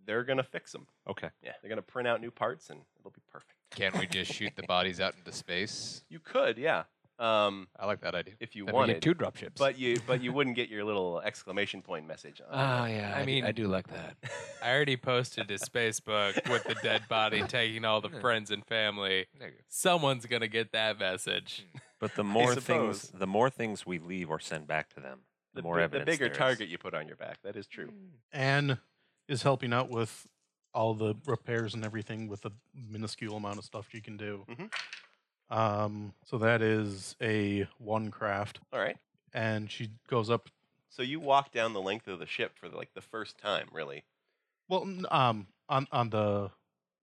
Speaker 1: They're gonna fix them.
Speaker 5: Okay.
Speaker 1: Yeah, they're gonna print out new parts and it'll be perfect.
Speaker 3: Can't we just shoot the bodies out into space?
Speaker 1: You could, yeah, um,
Speaker 3: I like that idea.
Speaker 1: if you
Speaker 3: Then we
Speaker 1: wanted.
Speaker 3: get two dropships.
Speaker 1: but you but you wouldn't get your little exclamation point message. On
Speaker 3: ah, yeah.
Speaker 4: I
Speaker 3: I, mean,
Speaker 4: mean-
Speaker 3: I do like that.
Speaker 4: I already posted to Facebook with the dead body taking all the
Speaker 3: Yeah.
Speaker 4: friends and family. Someone's gonna get that message.
Speaker 1: Hmm.
Speaker 5: But the more
Speaker 1: suppose.
Speaker 5: things, the more things we leave or send back to them, the,
Speaker 1: the,
Speaker 5: more
Speaker 1: bi- the
Speaker 5: evidence.
Speaker 1: bigger
Speaker 5: there is.
Speaker 1: target you put on your back. That is true.
Speaker 6: Anne is helping out with all the repairs and everything with the minuscule amount of stuff she can do.
Speaker 1: Mhm.
Speaker 6: Um, so that is a one craft,
Speaker 1: All right.
Speaker 6: and she goes up.
Speaker 1: So you walk down the length of the ship for like the first time, really.
Speaker 6: Well, n- um, on on the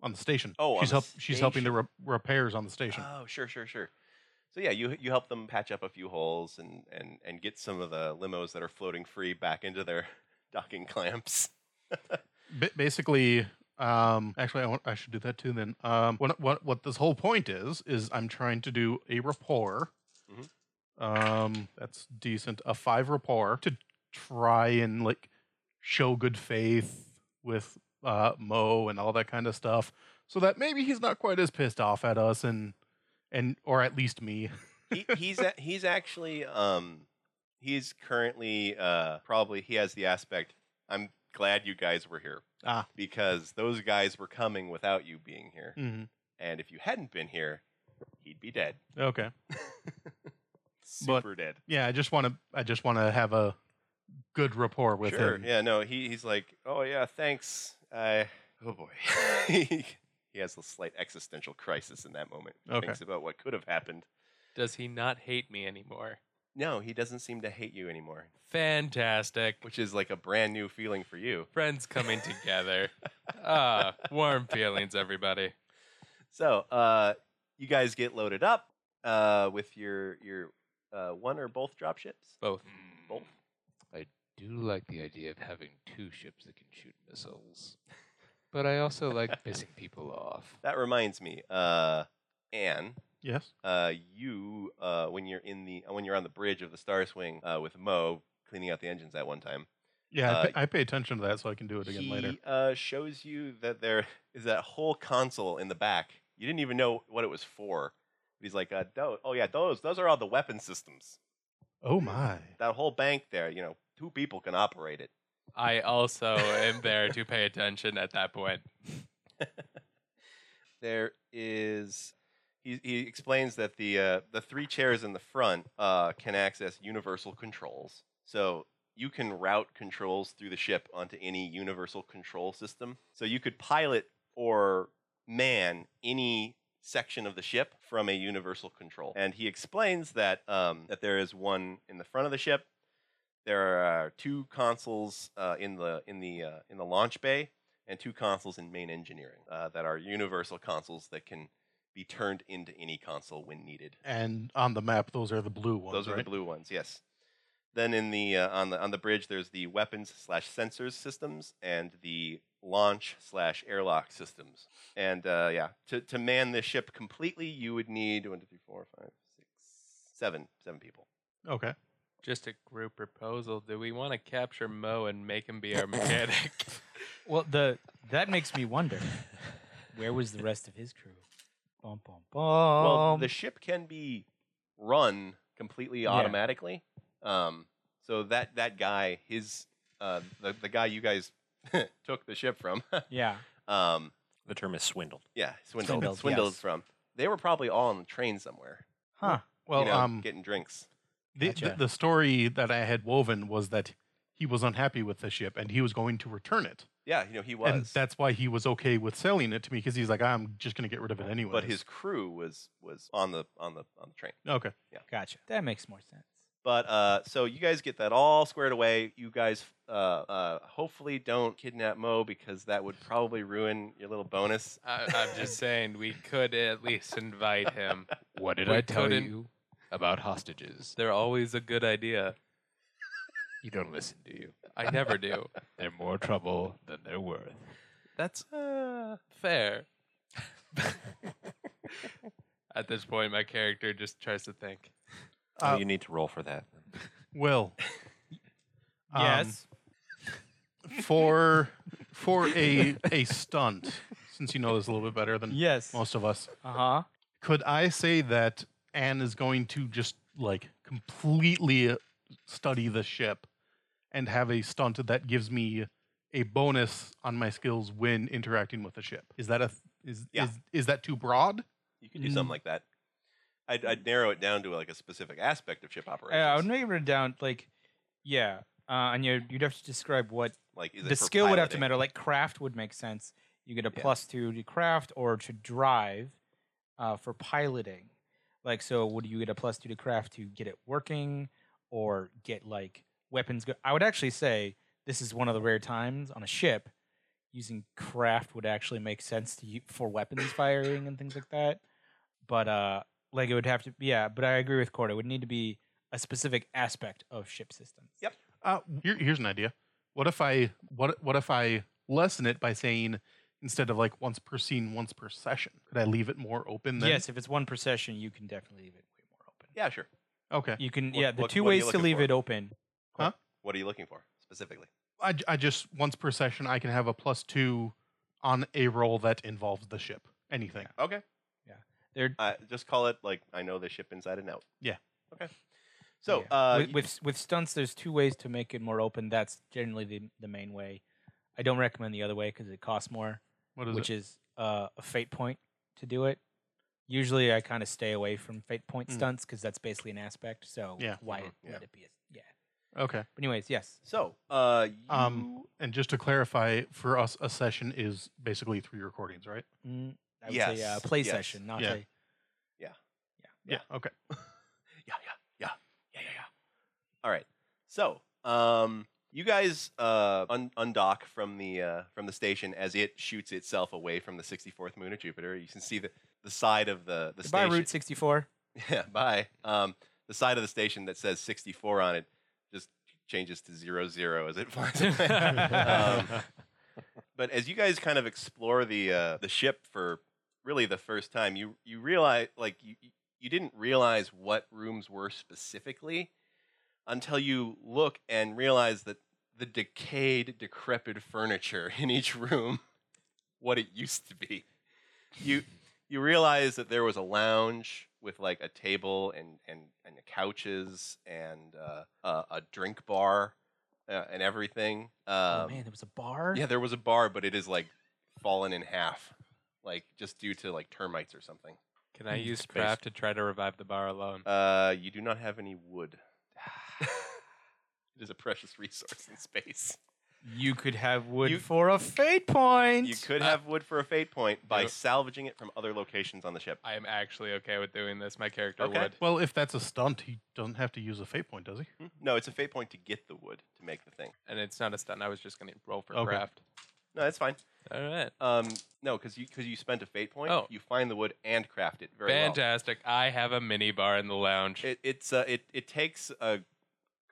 Speaker 6: on the station.
Speaker 1: Oh, on
Speaker 6: she's
Speaker 1: the
Speaker 6: help, she's helping the
Speaker 1: station.
Speaker 6: re- repairs on the station.
Speaker 1: Oh, sure, sure, sure. So yeah, you you help them patch up a few holes and and and get some of the limos that are floating free back into their docking clamps.
Speaker 6: Ba- basically um actually I, want, I should do that too then um what, what what this whole point is is i'm trying to do a rapport
Speaker 1: Mhm.
Speaker 6: um that's decent a five rapport to try and like show good faith with uh mo and all that kind of stuff so that maybe he's not quite as pissed off at us and and or at least me
Speaker 1: he, he's a, he's actually um he's currently uh probably he has the aspect I'm glad you guys were here.
Speaker 6: Ah.
Speaker 1: Because those guys were coming without you being here.
Speaker 6: mm-hmm.
Speaker 1: And if you hadn't been here, he'd be dead.
Speaker 6: okay But-
Speaker 1: Super dead.
Speaker 6: yeah i just want to i just want to have a good rapport with
Speaker 1: sure.
Speaker 6: him
Speaker 1: Yeah, no, he, he's like, oh yeah, thanks. I oh boy, he has a slight existential crisis in that moment. He
Speaker 6: Okay.
Speaker 1: Thinks about what could have happened.
Speaker 4: Does he not hate me anymore?
Speaker 1: No, he doesn't seem to hate you anymore,
Speaker 4: Fantastic.
Speaker 1: which is like a brand new feeling for you.
Speaker 4: Friends coming together. Ah, warm feelings, everybody.
Speaker 1: So, uh, you guys get loaded up uh, with your your uh, one or both drop ships.
Speaker 4: Both.
Speaker 1: Both.
Speaker 3: Hmm. I do like the idea of having two ships that can shoot missiles, but I also like pissing people off.
Speaker 1: That reminds me, uh, Anne.
Speaker 6: yes
Speaker 1: uh, you uh, when you're in the when you're on the bridge of the Star Swing uh, with Mo cleaning out the engines that one time.
Speaker 6: Yeah,
Speaker 1: Uh,
Speaker 6: I, pay, I pay attention to that so I can do it again
Speaker 1: he
Speaker 6: later.
Speaker 1: Uh, shows you that there is that whole console in the back. You didn't even know what it was for. He's like, uh, tho- oh yeah, those those are all the weapon systems.
Speaker 6: Oh my!
Speaker 1: That whole bank there, you know, two people can operate it.
Speaker 4: I also am there to pay attention at that point.
Speaker 1: There is. He, he explains that the uh, the three chairs in the front uh, can access universal controls. So you can route controls through the ship onto any universal control system. So you could pilot or man any section of the ship from a universal control. And he explains that um, that there is one in the front of the ship. There are two consoles uh, in the in the uh, in the launch bay, and two consoles in main engineering uh, that are universal consoles that can be turned into any console when needed.
Speaker 6: And on the map, those are the blue ones.
Speaker 1: Those are
Speaker 6: right?
Speaker 1: the blue ones. Yes. Then in the uh, on the on the bridge, there's the weapons slash sensors systems and the launch slash airlock systems. And uh, yeah, to to man this ship completely, you would need one, two, three, four, five, six, seven, seven people.
Speaker 6: Okay.
Speaker 4: Just a group proposal. Do we want to capture Mo and make him be our mechanic?
Speaker 2: Well, the that makes me wonder where was the rest of his crew? Bum bum bum.
Speaker 1: well,
Speaker 6: Um,
Speaker 1: the ship can be run completely
Speaker 2: Yeah.
Speaker 1: automatically. Um, so that that guy, his uh, the the guy you guys took the ship from,
Speaker 2: yeah.
Speaker 1: um,
Speaker 5: The term is swindled.
Speaker 1: Yeah, swindled.
Speaker 2: Swindled,
Speaker 1: Swindled,
Speaker 2: yes.
Speaker 1: from. They were probably all on the train somewhere.
Speaker 2: Huh.
Speaker 1: you
Speaker 6: Well,
Speaker 1: know,
Speaker 6: um,
Speaker 1: getting drinks.
Speaker 6: the,
Speaker 2: Gotcha.
Speaker 6: the, the story that I had woven was that he was unhappy with the ship and he was going to return it.
Speaker 1: Yeah, you know he
Speaker 6: And
Speaker 1: was.
Speaker 6: that's why he was okay with selling it to me because he's like, I'm just going to get rid of it anyway.
Speaker 1: but his crew was was on the on the on the train.
Speaker 6: Okay.
Speaker 2: Gotcha. That makes more sense.
Speaker 1: But uh, so you guys get that all squared away. You guys uh, uh, hopefully don't kidnap Mo because that would probably ruin your little bonus.
Speaker 4: I, I'm just saying we could at least invite him.
Speaker 3: What did
Speaker 4: We
Speaker 3: I tell
Speaker 4: couldn't-
Speaker 3: you about hostages?
Speaker 4: They're always a good idea.
Speaker 3: You don't listen, do you?
Speaker 4: I never do.
Speaker 3: They're more trouble than they're worth.
Speaker 4: That's uh, fair. At this point, my character just tries to think.
Speaker 5: Oh,
Speaker 6: Uh,
Speaker 5: you need to roll for that.
Speaker 6: Well, um,
Speaker 2: yes.
Speaker 6: for for a a stunt, since you know this a little bit better than
Speaker 2: Yes. Uh
Speaker 6: most of us,
Speaker 2: huh.
Speaker 6: could I say that Anne is going to just like completely uh, study the ship and have a stunt that gives me a bonus on my skills when interacting with the ship? Is that a th- is
Speaker 1: Yeah.
Speaker 6: is is that too broad?
Speaker 1: You could do something
Speaker 2: Mm.
Speaker 1: like that. I'd, I'd narrow it down to like a specific aspect of ship operations.
Speaker 2: Uh, I would narrow it down like, yeah, uh, and you you'd have to describe what
Speaker 1: like is it
Speaker 2: the
Speaker 1: for
Speaker 2: skill would have to
Speaker 1: piloting?
Speaker 2: matter. Like craft would make sense. You get a
Speaker 1: Yeah.
Speaker 2: plus two to craft or to drive uh, for piloting. Like so, would you get a plus two to craft to get it working or get like weapons? Go- I would actually say this is one of the rare times on a ship using craft would actually make sense to you for weapons firing and things like that. But uh, like it would have to, yeah. But I agree with Cord. It would need to be a specific aspect of ship systems.
Speaker 1: Yep.
Speaker 6: Uh, here, here's an idea. What if I what what if I lessen it by saying instead of like once per scene, once per session? Could I leave it more open? Then?
Speaker 2: Yes, if it's one per session, you can definitely leave it way more open.
Speaker 1: Yeah, sure.
Speaker 6: Okay.
Speaker 2: You can,
Speaker 1: What-
Speaker 2: yeah, the
Speaker 1: what-
Speaker 2: two
Speaker 1: what are you
Speaker 2: ways to
Speaker 1: looking
Speaker 2: leave
Speaker 1: for?
Speaker 2: it open.
Speaker 1: What are you looking for specifically?
Speaker 6: I, j- I just once per session I can have a plus two on a roll that involves the ship. Anything.
Speaker 1: Okay.
Speaker 2: They're
Speaker 1: Uh, just call it like I know the ship inside and out.
Speaker 6: Yeah.
Speaker 1: Okay. So
Speaker 2: yeah.
Speaker 1: uh,
Speaker 2: with, with with stunts, there's two ways to make it more open. That's generally the the main way. I don't recommend the other way because it costs more,
Speaker 6: What is
Speaker 2: which
Speaker 6: it?
Speaker 2: is uh, a fate point to do it. Usually, I kind of stay away from fate point
Speaker 6: Mm.
Speaker 2: stunts because that's basically an aspect. So
Speaker 6: Yeah.
Speaker 2: why
Speaker 1: Mhm.
Speaker 2: let
Speaker 1: Hmm. Yeah.
Speaker 2: it be? A, yeah.
Speaker 6: Okay.
Speaker 2: But anyways, yes.
Speaker 1: so uh,
Speaker 6: Um,
Speaker 1: you-
Speaker 6: And just to clarify, for us, a session is basically three recordings, right?
Speaker 2: Mm, I would say uh,
Speaker 1: Yes,
Speaker 2: play
Speaker 1: yes.
Speaker 2: session, not
Speaker 6: Yeah.
Speaker 2: a
Speaker 1: Yeah.
Speaker 6: Okay.
Speaker 1: yeah, yeah, yeah, yeah, yeah, yeah. All right. So, um, you guys uh, un- undock from the uh, from the station as it shoots itself away from the 64th moon of Jupiter. You can see the, the side of the the
Speaker 2: goodbye
Speaker 1: station.
Speaker 2: Route 64.
Speaker 1: Yeah, bye. Um, the side of the station that says 64 on it just changes to zero zero as it flies away. um, but as you guys kind of explore the uh, the ship for really the first time, you you realize like you you- you didn't realize what rooms were specifically until you look and realize that the decayed, decrepit furniture in each room, what it used to be. You you realize that there was a lounge with like a table and and and couches and uh, a, a drink bar uh, and everything. Um,
Speaker 2: Oh man, there was a bar.
Speaker 1: yeah, there was a bar, but it is like fallen in half, like just due to like termites or something.
Speaker 4: Can I
Speaker 2: Mm,
Speaker 4: use
Speaker 1: space.
Speaker 4: craft to try to revive the bar alone?
Speaker 1: Uh, you do not have any wood. it is a precious resource in space.
Speaker 2: You could have wood
Speaker 1: You-
Speaker 2: for a fate point.
Speaker 1: You could
Speaker 4: Uh,
Speaker 1: have wood for a fate point by
Speaker 4: Yep.
Speaker 1: salvaging it from other locations on the ship.
Speaker 4: I am actually okay with doing this. My character
Speaker 1: Okay.
Speaker 4: would.
Speaker 6: Well, if that's a stunt, he doesn't have to use a fate point, does he?
Speaker 1: Hmm? No, it's a fate point to get the wood to make the thing.
Speaker 4: And it's not a stun. I was just going to roll for
Speaker 6: Okay.
Speaker 4: craft.
Speaker 1: No, that's fine.
Speaker 4: All right.
Speaker 1: Um, no, because you because you spent a fate point,
Speaker 4: Oh.
Speaker 1: you find the wood and craft it very well.
Speaker 4: Fantastic. I have a mini bar in the lounge.
Speaker 1: It, it's uh, it it takes a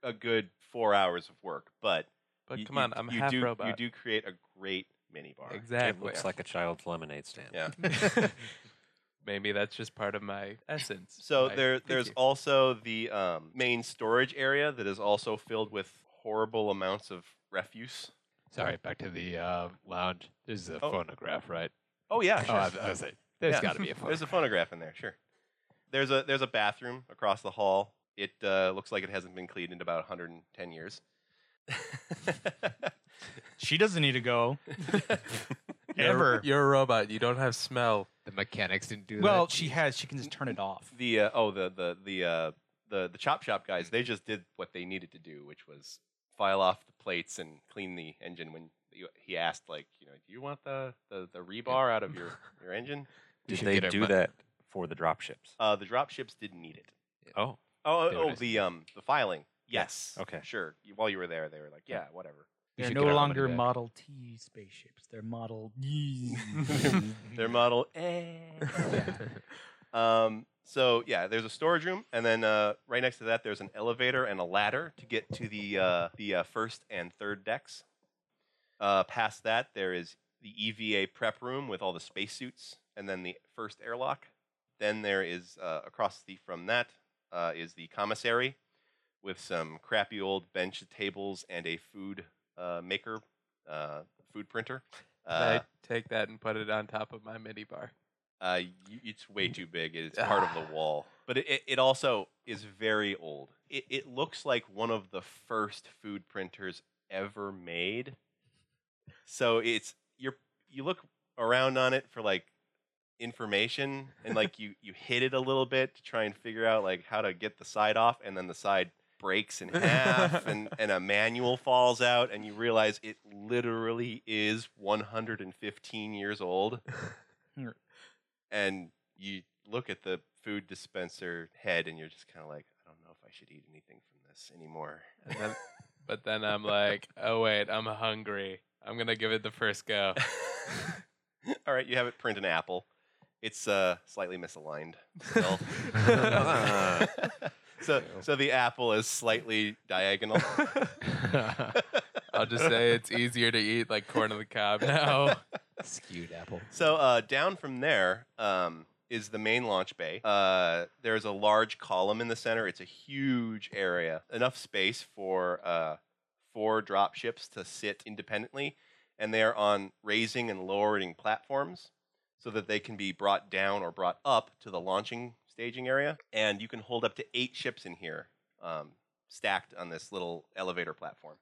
Speaker 1: a good four hours of work, but
Speaker 4: but
Speaker 1: you-
Speaker 4: come
Speaker 1: you-
Speaker 4: on, I'm
Speaker 1: you
Speaker 4: half
Speaker 1: do,
Speaker 4: robot.
Speaker 1: You do create a great mini bar.
Speaker 5: It
Speaker 4: exactly.
Speaker 5: looks like a child's lemonade stand.
Speaker 1: Yeah.
Speaker 4: Maybe that's just part of my essence.
Speaker 1: So
Speaker 4: I-
Speaker 1: there,
Speaker 4: thank
Speaker 1: there's
Speaker 4: you.
Speaker 1: also the um, main storage area that is also filled with horrible amounts of refuse.
Speaker 3: Sorry, back to the uh, lounge. This is a
Speaker 1: Oh.
Speaker 3: phonograph, right?
Speaker 1: Oh yeah,
Speaker 3: Oh,
Speaker 1: sure.
Speaker 3: I,
Speaker 4: uh,
Speaker 3: I was like, there's
Speaker 1: Yeah.
Speaker 3: got to be a phonograph.
Speaker 1: there's a phonograph in there. Sure. There's a there's a bathroom across the hall. It uh, looks like it hasn't been cleaned in about 110 years.
Speaker 2: She doesn't need to go. ever.
Speaker 4: You're a robot. You don't have smell.
Speaker 3: The mechanics didn't do
Speaker 2: Well,
Speaker 3: that.
Speaker 2: she has. She can just turn it off.
Speaker 1: the uh, oh the the the uh, the the chop shop guys they just did what they needed to do, which was file off the plates and clean the engine when you- he asked like you know do you want the the, the rebar out of your your engine?
Speaker 5: Did
Speaker 3: should
Speaker 5: they
Speaker 3: get a
Speaker 5: do
Speaker 3: mu-
Speaker 5: that for the dropships?
Speaker 1: Uh, the drop ships didn't need it.
Speaker 5: Oh,
Speaker 1: Oh
Speaker 3: They
Speaker 1: oh,
Speaker 3: would
Speaker 1: oh
Speaker 3: just-
Speaker 1: the um the filing. Yes.
Speaker 5: Okay.
Speaker 1: Sure. You- While you were there, they were like yeah whatever.
Speaker 3: We
Speaker 2: They're
Speaker 3: should
Speaker 2: no
Speaker 3: get our money
Speaker 2: longer
Speaker 3: back.
Speaker 2: Model T spaceships. They're Model. Ys.
Speaker 1: Their model eh. A. Um, so yeah, there's a storage room, and then uh, right next to that, there's an elevator and a ladder to get to the uh, the uh, first and third decks. Uh, past that, there is the EVA prep room with all the spacesuits, and then the first airlock. Then there is uh, across the from that uh, is the commissary with some crappy old bench tables and a food uh, maker, uh, food printer. Uh,
Speaker 4: I take that and put it on top of my mini bar.
Speaker 1: uh, y- it's way too big. It's part of the wall, but it, it- it also is very old. It, it looks like one of the first food printers ever made. So it's you're you look around on it for like information, and like you you hit it a little bit to try and figure out like how to get the side off, and then the side breaks in half, and and a manual falls out, and you realize it literally is 115 years old and you look at the food dispenser head and you're just kind of like i don't know if i should eat anything from this anymore
Speaker 4: And then, but then I'm like, oh wait, I'm hungry. I'm gonna give it the first go.
Speaker 1: all right you have it print an apple it's uh, slightly misaligned still Uh-huh. so, so the apple is slightly diagonal
Speaker 4: I'll just say it's easier to eat like corn on the cob now.
Speaker 3: Skewed apple.
Speaker 1: So uh, down from there um, is the main launch bay. Uh, there's a large column in the center. It's a huge area, enough space for uh, four dropships to sit independently, and they are on raising and lowering platforms so that they can be brought down or brought up to the launching staging area. And you can hold up to eight ships in here, um, stacked on this little elevator platform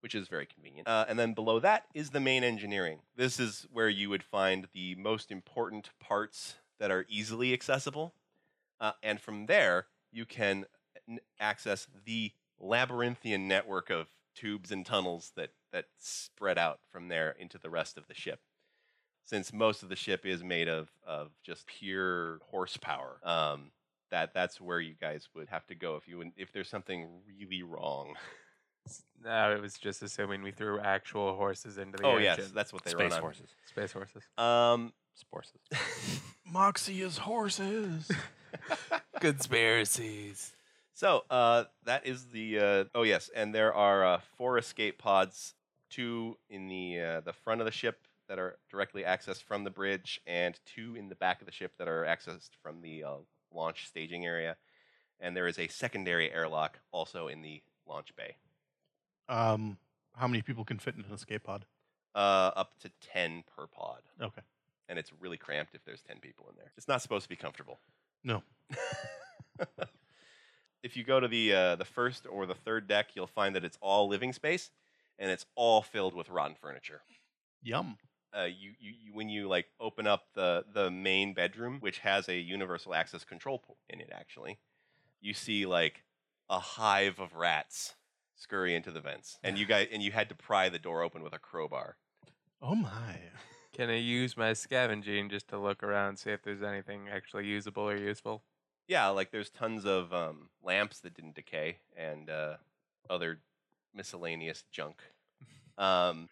Speaker 1: which is very convenient. Uh, and then below that is the main engineering. This is where you would find the most important parts that are easily accessible. Uh, and from there, you can n- access the labyrinthian network of tubes and tunnels that, that spread out from there into the rest of the ship. Since most of the ship is made of, of just pure horsepower, um, that, that's where you guys would have to go if, you, wouldn't- if there's something really wrong.
Speaker 4: no, it was just assuming we threw actual horses into the
Speaker 1: Oh, yes,
Speaker 4: engine.
Speaker 1: that's what they run
Speaker 5: space
Speaker 1: on.
Speaker 5: forces.
Speaker 4: Space horses.
Speaker 1: Um,
Speaker 5: Sporces.
Speaker 6: Moxie is horses.
Speaker 4: Conspiracies.
Speaker 1: so uh, that is the uh, oh yes, and there are uh, four escape pods, two in the uh, the front of the ship that are directly accessed from the bridge, and two in the back of the ship that are accessed from the uh, launch staging area. And there is a secondary airlock also in the launch bay,
Speaker 6: um, how many people can fit in an escape pod?
Speaker 1: uh, up to ten per pod,
Speaker 6: Okay.
Speaker 1: and it's really cramped if there's ten people in there. It's not supposed to be comfortable.
Speaker 6: No.
Speaker 1: if you go to the uh, the first or the third deck, you'll find that it's all living space, and it's all filled with rotten furniture.
Speaker 6: Yum.
Speaker 1: Uh, you, you, you when you like open up the the main bedroom, which has a universal access control po- in it, actually, you see like a hive of rats scurry into the vents, and you guys and you had to pry the door open with a crowbar.
Speaker 6: Oh my.
Speaker 4: Can I use my scavenging just to look around, see if there's anything actually usable or useful?
Speaker 1: yeah, like there's tons of um, lamps that didn't decay and uh, other miscellaneous junk. Um,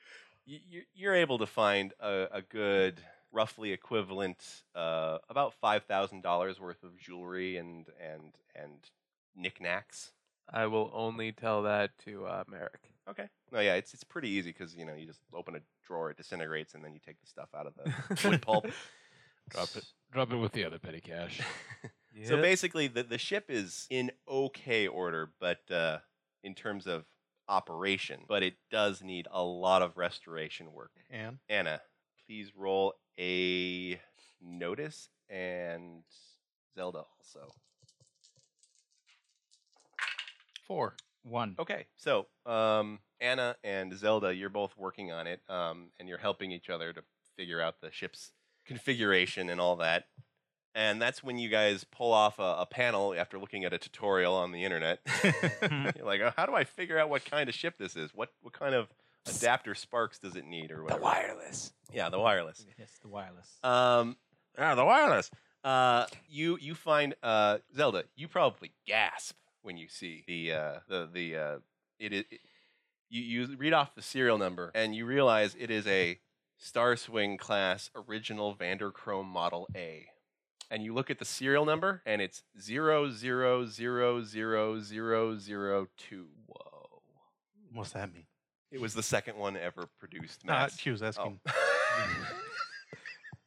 Speaker 1: y- y- you're able to find a, a good, roughly equivalent, uh, about five thousand dollars worth of jewelry and and and knickknacks.
Speaker 4: I will only tell that to uh, Merrick.
Speaker 1: Okay. No, Oh, yeah, it's it's pretty easy because you know you just open a drawer, it disintegrates, and then you take the stuff out of the wood pulp.
Speaker 3: Drop it. Drop it with the other petty cash.
Speaker 1: So basically, the, the ship is in okay order, but uh, in terms of operation, but it does need a lot of restoration work.
Speaker 6: And
Speaker 1: Anna, please roll a notice and Zelda also.
Speaker 6: four. Oh.
Speaker 2: One.
Speaker 1: Okay, so um, Anna and Zelda, you're both working on it, um, and you're helping each other to figure out the ship's configuration and all that. And that's when you guys pull off a, a panel after looking at a tutorial on the internet. You're like, oh, how do I figure out what kind of ship this is? What what kind of adapter sparks does it need, or whatever?
Speaker 5: wireless.
Speaker 1: Yeah, the wireless.
Speaker 2: Yes, the wireless.
Speaker 6: Uh,
Speaker 1: Um, ah, the wireless. Uh, you you find uh Zelda. You probably gasp when you see the uh the the uh it is. It, you you read off the serial number and you realize it is a Star Swing class original Vanderchrome Model A. And you look at the serial number and it's zero zero zero zero zero zero two. Whoa!
Speaker 6: What's that mean?
Speaker 1: It was the second one ever produced.
Speaker 6: Nah,
Speaker 1: Max.
Speaker 6: she was asking.
Speaker 1: Oh.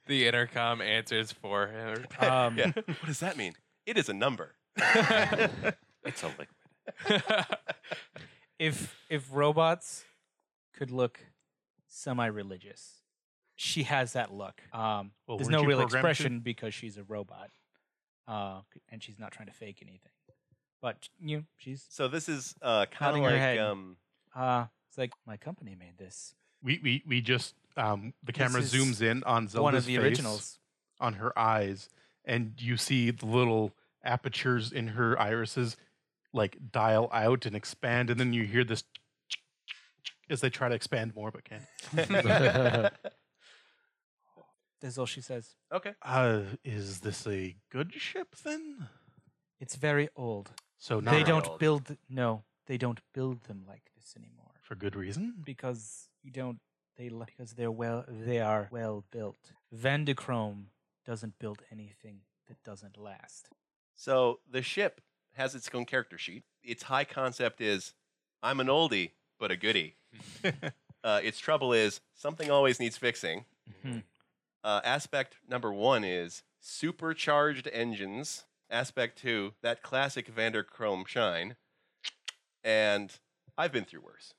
Speaker 4: The intercom answers for her.
Speaker 2: Um,
Speaker 1: yeah. What does that mean? It is a number.
Speaker 5: It's a liquid.
Speaker 2: if if robots could look semi-religious, she has that look. Um,
Speaker 6: Well,
Speaker 2: there's
Speaker 6: weren't
Speaker 2: no
Speaker 6: you
Speaker 2: real
Speaker 6: programmed to?
Speaker 2: expression because she's a robot, uh, and she's not trying to fake anything. But you, know, she's
Speaker 1: So this is uh, kind
Speaker 2: Nodding
Speaker 1: of
Speaker 2: her
Speaker 1: like
Speaker 2: head.
Speaker 1: um,
Speaker 2: uh, it's like my company made this.
Speaker 6: We we we just um, the camera
Speaker 2: is
Speaker 6: zooms in on Zelda's
Speaker 2: One of the
Speaker 6: face,
Speaker 2: originals.
Speaker 6: on her eyes, and you see the little apertures in her irises like dial out and expand, and then you hear this as they try to expand more, but can't.
Speaker 2: That's all she says.
Speaker 1: okay.
Speaker 6: Uh, is this a good ship then?
Speaker 2: It's very old.
Speaker 6: So not
Speaker 2: they
Speaker 1: very
Speaker 2: don't
Speaker 1: old.
Speaker 2: build. No, they don't build them like this anymore.
Speaker 6: for good reason.
Speaker 2: because you don't they li- because they're well they are well built. Vandichrome doesn't build anything that doesn't last.
Speaker 1: So the ship has its own character sheet. Its high concept is I'm an oldie but a goodie. uh, its trouble is something always needs fixing.
Speaker 2: Mhm.
Speaker 1: Uh, aspect number one is supercharged engines. Aspect two, that classic Vanderchrome shine. And I've been through worse.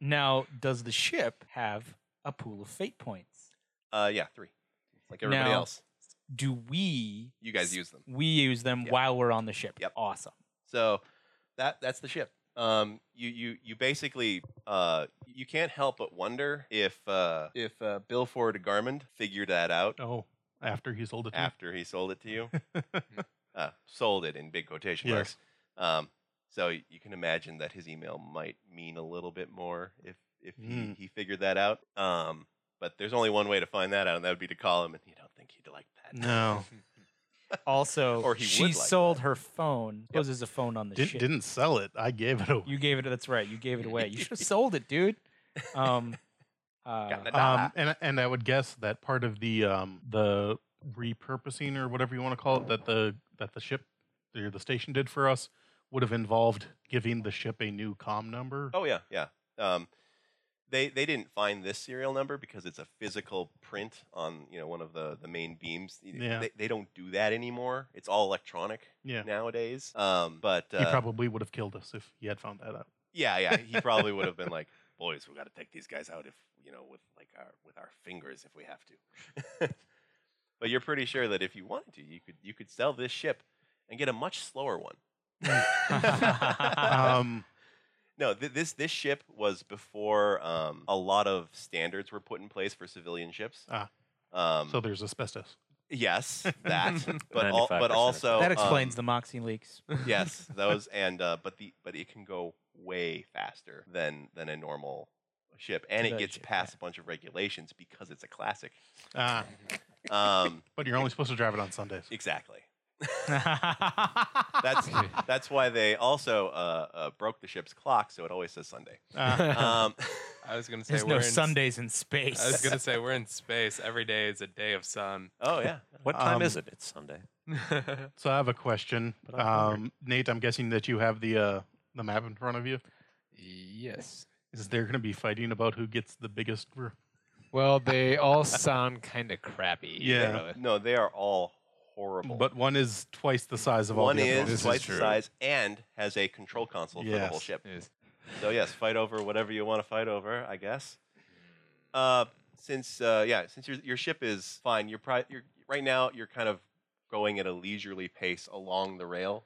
Speaker 2: Now, does the ship have a pool of fate points?
Speaker 1: uh, yeah, three. Like everybody
Speaker 2: Now-
Speaker 1: else,
Speaker 2: Do we
Speaker 1: you guys use them.
Speaker 2: we use them
Speaker 1: Yep.
Speaker 2: while we're on the ship?
Speaker 1: Yep.
Speaker 2: Awesome.
Speaker 1: So that that's the ship. Um, you you you basically uh, you can't help but wonder if uh, if uh, Bill Ford Garmond figured that out
Speaker 6: Oh, after he sold it. to you?
Speaker 1: after he sold it to you. uh, sold it in big quotation marks.
Speaker 6: Yes.
Speaker 1: Um, so y- you can imagine that his email might mean a little bit more if if
Speaker 6: Mm.
Speaker 1: he, he figured that out. Um, but there's only one way to find that out, and that would be to call him. And you don't think he'd like that?
Speaker 6: No,
Speaker 2: Also,
Speaker 1: Or he
Speaker 2: she
Speaker 1: would like
Speaker 2: sold her phone. Yep. Poses a phone on the
Speaker 6: Did,
Speaker 2: ship.
Speaker 6: didn't sell it. I gave it away.
Speaker 2: you gave it? That's right. You gave it away. You should have sold it, dude. Um, uh,
Speaker 1: Gotten a dollar.
Speaker 6: Um, and and I would guess that part of the um the repurposing or whatever you want to call it that the that the ship or the station did for us would have involved giving the ship a new com number.
Speaker 1: Oh yeah, yeah. Um, they they didn't find this serial number because it's a physical print on you know one of the the main beams. You know,
Speaker 6: Yeah.
Speaker 1: They, they don't do that anymore. It's all electronic
Speaker 6: yeah.
Speaker 1: nowadays. Um, but
Speaker 6: he
Speaker 1: uh,
Speaker 6: probably would have killed us if he had found that out.
Speaker 1: yeah, yeah, he probably would have been like, boys, we got to take these guys out if you know with like our with our fingers if we have to. but you're pretty sure that if you wanted to, you could you could sell this ship and get a much slower one.
Speaker 6: Um,
Speaker 1: No, th- this this ship was before um, a lot of standards were put in place for civilian ships.
Speaker 6: Ah.
Speaker 1: Um,
Speaker 6: so there's asbestos.
Speaker 1: yes, that, but al-
Speaker 5: 95%
Speaker 1: but also
Speaker 2: that explains
Speaker 1: um,
Speaker 2: the Moxie leaks.
Speaker 1: yes, those and uh, but the but it can go way faster than than a normal ship, and it
Speaker 2: Than a
Speaker 1: gets
Speaker 2: ship,
Speaker 1: past a bunch of regulations because it's a classic.
Speaker 6: Ah,
Speaker 1: Um,
Speaker 6: but you're only supposed to drive it on Sundays.
Speaker 1: exactly. That's that's why they also uh, uh, broke the ship's clock, so it always says Sunday.
Speaker 6: Ah,
Speaker 1: Um,
Speaker 4: I was gonna say
Speaker 2: There's
Speaker 4: we're
Speaker 2: no
Speaker 4: in,
Speaker 2: Sundays in
Speaker 4: I was
Speaker 2: space.
Speaker 4: gonna say we're in space. Every day is a day of sun.
Speaker 1: oh yeah,
Speaker 5: What time
Speaker 6: Um,
Speaker 5: is it? It's Sunday.
Speaker 6: so I have a question,
Speaker 5: But I'm hungry.
Speaker 6: um, Nate. I'm guessing that you have the uh, the map in front of you.
Speaker 3: yes.
Speaker 6: Is there going to be fighting about who gets the biggest? r-
Speaker 3: Well, they all sound kind of crappy.
Speaker 6: Yeah.
Speaker 3: really.
Speaker 1: no, they are all horrible.
Speaker 6: But one is twice the size of all
Speaker 1: one
Speaker 6: the other
Speaker 1: is
Speaker 6: ones.
Speaker 3: This is
Speaker 1: twice the
Speaker 3: true.
Speaker 1: size and has a control console for the whole
Speaker 6: Yes.
Speaker 1: ship.
Speaker 3: Yes.
Speaker 1: So yes, fight over whatever you want to fight over, I guess. Uh, since uh, yeah, since your your ship is fine, you're, pri- you're right now you're kind of going at a leisurely pace along the rail,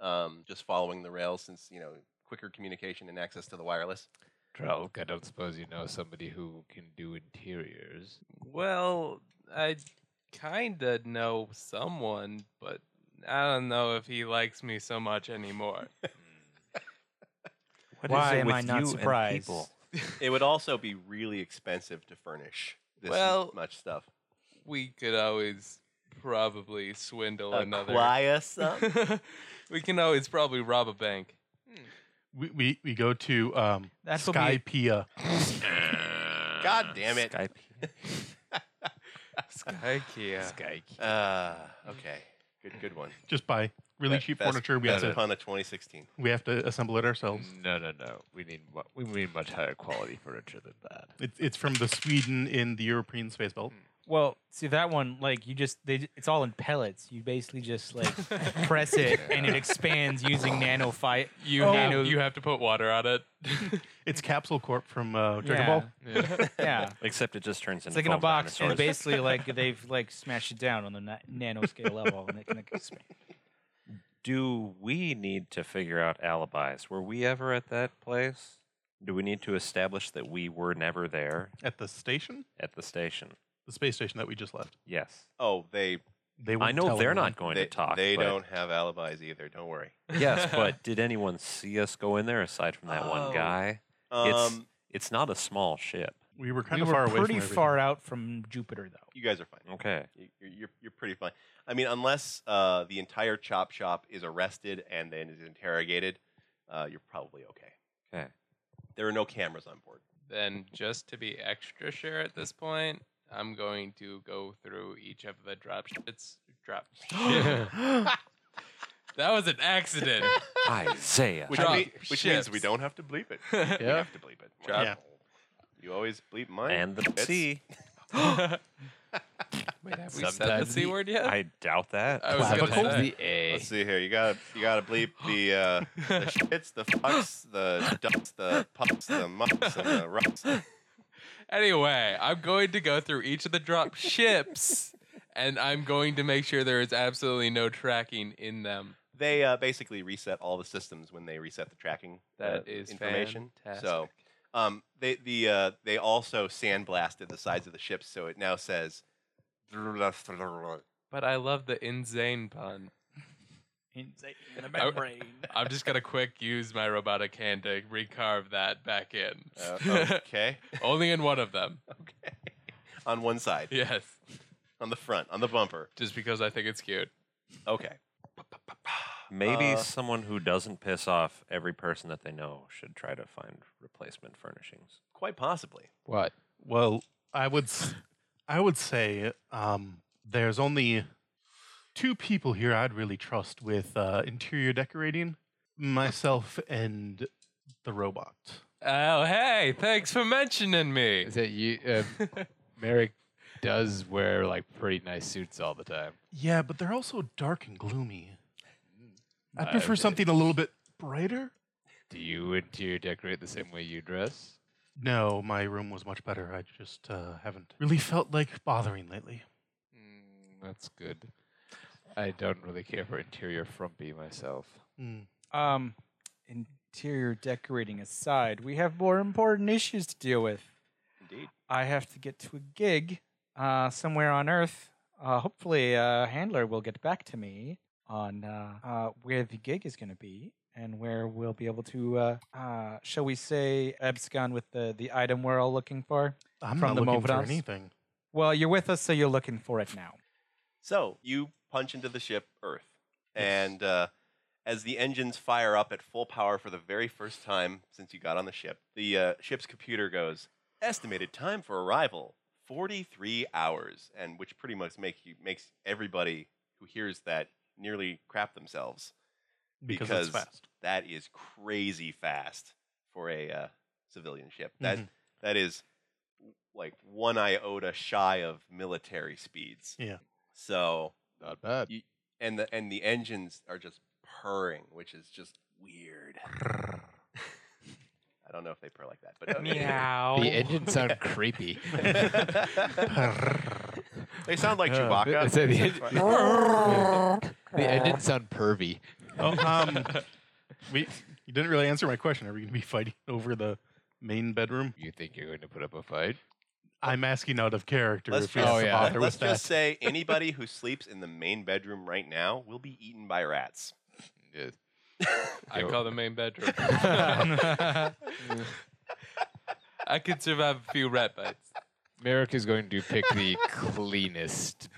Speaker 1: um, just following the rail since you know quicker communication and access to the wireless.
Speaker 3: Drelk, I don't suppose you know somebody who can do interiors.
Speaker 4: Well, I kinda know someone, but I don't know if he likes me so much anymore.
Speaker 5: What is
Speaker 2: Why
Speaker 5: it
Speaker 2: am
Speaker 5: with
Speaker 2: I
Speaker 5: you
Speaker 2: not
Speaker 5: and
Speaker 2: surprised?
Speaker 5: people?
Speaker 1: It would also be really expensive to furnish this
Speaker 4: Well,
Speaker 1: much stuff.
Speaker 4: we could always probably swindle another.
Speaker 1: Acquire some.
Speaker 4: we can always probably rob a bank.
Speaker 6: We, we, we go to um,
Speaker 2: That will be-
Speaker 6: Skypea.
Speaker 1: God damn it.
Speaker 5: Skype.
Speaker 4: Ikea.
Speaker 3: Skyke.
Speaker 1: Uh, okay. Good good one.
Speaker 6: Just buy really
Speaker 1: That-
Speaker 6: cheap
Speaker 1: that's-
Speaker 6: furniture. We have
Speaker 1: That's
Speaker 6: to
Speaker 1: upon a 2016.
Speaker 6: we have to assemble it ourselves.
Speaker 3: No, no, no. We need mu- we need much higher quality furniture than that.
Speaker 6: It's it's from the Sweden in the European space belt.
Speaker 1: Hmm.
Speaker 2: Well, see that one, like you just they j- it's all in pellets. You basically just like press it and it expands using nano fi-
Speaker 4: You
Speaker 2: nano-
Speaker 4: have, you have to put water on it.
Speaker 6: It's Capsule Corp from uh, Dragon
Speaker 2: Yeah.
Speaker 6: Ball.
Speaker 2: Yeah.
Speaker 5: Except it just turns
Speaker 2: It's
Speaker 5: into
Speaker 2: like in a
Speaker 5: foam
Speaker 2: box, and
Speaker 5: dinosaurs.
Speaker 2: basically, like they've like smashed it down on the na- nano scale level, and it can like, expand.
Speaker 5: Do we need to figure out alibis? Were we ever at that place? Do we need to establish that we were never there
Speaker 6: At the station,
Speaker 5: at the station?
Speaker 6: the space station that we just left.
Speaker 5: Yes.
Speaker 1: Oh, they
Speaker 6: They
Speaker 5: I
Speaker 6: won't
Speaker 5: know
Speaker 6: tell
Speaker 5: they're
Speaker 6: anyone.
Speaker 5: not going
Speaker 1: they,
Speaker 5: to talk.
Speaker 1: they
Speaker 5: but-
Speaker 1: don't have alibis either. Don't worry.
Speaker 5: Yes, but did anyone see us go in there aside from that
Speaker 1: Oh.
Speaker 5: one guy? It's-
Speaker 1: Um,
Speaker 5: It's not a small ship.
Speaker 6: We were kind
Speaker 2: We
Speaker 6: of
Speaker 2: were
Speaker 6: far away.
Speaker 2: pretty
Speaker 6: from
Speaker 2: far out from Jupiter, though.
Speaker 1: you guys are fine.
Speaker 5: Okay.
Speaker 1: You- You're, you're, you're pretty fine. I mean, unless uh, the entire chop shop is arrested and then is interrogated, uh, you're probably okay.
Speaker 5: Okay.
Speaker 1: There are no cameras on board.
Speaker 4: then just to be extra sure at this point, I'm going to go through each of the drop shits. Drop. that was an accident.
Speaker 5: Isaiah.
Speaker 1: Which,
Speaker 4: Drop
Speaker 1: mean- which means we
Speaker 4: ships.
Speaker 1: don't have to bleep it. We
Speaker 4: yeah.
Speaker 1: have to bleep it.
Speaker 4: Drop.
Speaker 6: Yeah.
Speaker 1: You always bleep mine.
Speaker 5: and the
Speaker 1: That's-
Speaker 5: sea.
Speaker 4: Wait, have we said the
Speaker 3: Sometimes
Speaker 4: c
Speaker 3: the-
Speaker 4: word yet?
Speaker 5: I doubt that.
Speaker 4: I was gonna
Speaker 3: Clavicle?
Speaker 4: say.
Speaker 3: The A.
Speaker 1: Let's see here. You got to you got to bleep the uh, the shits, the fucks, the ducks, the pups, the mucks, and the rucks.
Speaker 4: Anyway, I'm going to go through each of the drop ships, and I'm going to make sure there is absolutely no tracking in them.
Speaker 1: They uh, basically reset all the systems when they reset the tracking. uh,
Speaker 4: That is
Speaker 1: information.
Speaker 4: Fantastic.
Speaker 1: So Um, they the uh, they also sandblasted the sides of the ship, so it now says. uh,
Speaker 4: but I love the insane pun.
Speaker 2: In, in the
Speaker 4: I-
Speaker 2: membrane.
Speaker 4: I'm just gonna quick use my robotic hand to recarve that back in.
Speaker 1: Uh, okay,
Speaker 4: Only in one of them.
Speaker 1: okay, on one side,
Speaker 4: Yes.
Speaker 1: on the front, on the bumper.
Speaker 4: Just because I think it's cute.
Speaker 1: Okay,
Speaker 5: Maybe
Speaker 1: Uh,
Speaker 5: someone who doesn't piss off every person that they know should try to find replacement furnishings.
Speaker 1: quite possibly.
Speaker 3: What?
Speaker 6: Well, I would, s- I would say um, there's only two people here I'd really trust with uh, interior decorating: myself and the robot.
Speaker 4: Oh, hey, thanks for mentioning me.
Speaker 3: Is that you? Um, Merrick does wear like pretty nice suits all the time.
Speaker 6: Yeah, but they're also dark and gloomy. I
Speaker 3: I
Speaker 6: prefer
Speaker 3: agree.
Speaker 6: something a little bit brighter.
Speaker 3: Do you interior decorate the same way you dress?
Speaker 6: No, my room was much better. I just uh, haven't really felt like bothering lately.
Speaker 3: Mm, that's good. I don't really care for interior frumpy myself.
Speaker 6: Mm.
Speaker 2: um, interior decorating aside, we have more important issues to deal with.
Speaker 1: Indeed.
Speaker 2: I have to get to a gig uh, somewhere on Earth. Uh, hopefully, uh, handler will get back to me on uh, uh, where the gig is going to be and where we'll be able to, uh, uh, shall we say, abscond with the, the item we're all looking for.
Speaker 6: I'm
Speaker 2: From
Speaker 6: not
Speaker 2: the
Speaker 6: looking for
Speaker 2: Movedans?
Speaker 6: anything.
Speaker 2: Well, you're with us, so you're looking for it now.
Speaker 1: So you punch into the ship Earth,
Speaker 6: Yes.
Speaker 1: and uh, as the engines fire up at full power for the very first time since you got on the ship, the uh, ship's computer goes estimated time for arrival forty-three hours, and which pretty much make you, makes everybody who hears that nearly crap themselves.
Speaker 6: Because,
Speaker 1: Because-
Speaker 6: it's fast.
Speaker 1: That is crazy fast for a uh, civilian ship. That
Speaker 6: Mhm.
Speaker 1: that is like one iota shy of military speeds.
Speaker 6: Yeah.
Speaker 1: So
Speaker 3: Not bad.
Speaker 1: and the and the engines are just purring, which is just weird. I don't know if they purr like that, but
Speaker 2: Meow.
Speaker 3: The engines sound creepy.
Speaker 1: they sound like
Speaker 3: Uh,
Speaker 1: Chewbacca.
Speaker 3: I said the,
Speaker 1: That's
Speaker 3: en-
Speaker 1: why-
Speaker 3: the engines sound pervy.
Speaker 6: Oh, um, we, you didn't really answer my question. Are we going to be fighting over the main bedroom.
Speaker 3: You think you're going to put up a fight?
Speaker 6: I'm asking out of character
Speaker 1: Let's
Speaker 6: if you
Speaker 1: just-
Speaker 6: have
Speaker 3: Oh,
Speaker 6: to
Speaker 3: yeah.
Speaker 6: bother
Speaker 1: Let's
Speaker 6: with that.
Speaker 1: just say anybody who sleeps in the main bedroom right now will be eaten by rats.
Speaker 3: Yes.
Speaker 4: I
Speaker 3: Yo.
Speaker 4: call the main bedroom. I could survive a few rat bites.
Speaker 3: Merrick is going to pick the cleanest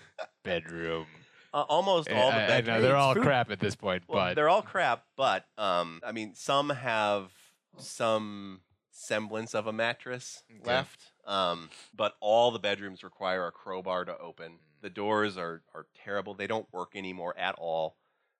Speaker 3: bedroom.
Speaker 1: Uh, almost all the
Speaker 3: Eh, I- I- I
Speaker 1: bedrooms.
Speaker 3: know they're all crap at this point,
Speaker 1: Well,
Speaker 3: but
Speaker 1: they're all crap, but um, I mean, some have some semblance of a mattress
Speaker 3: Okay.
Speaker 1: left. Um, but all the bedrooms require a crowbar to open.
Speaker 3: Mm.
Speaker 1: The doors are are terrible. They don't work anymore at all.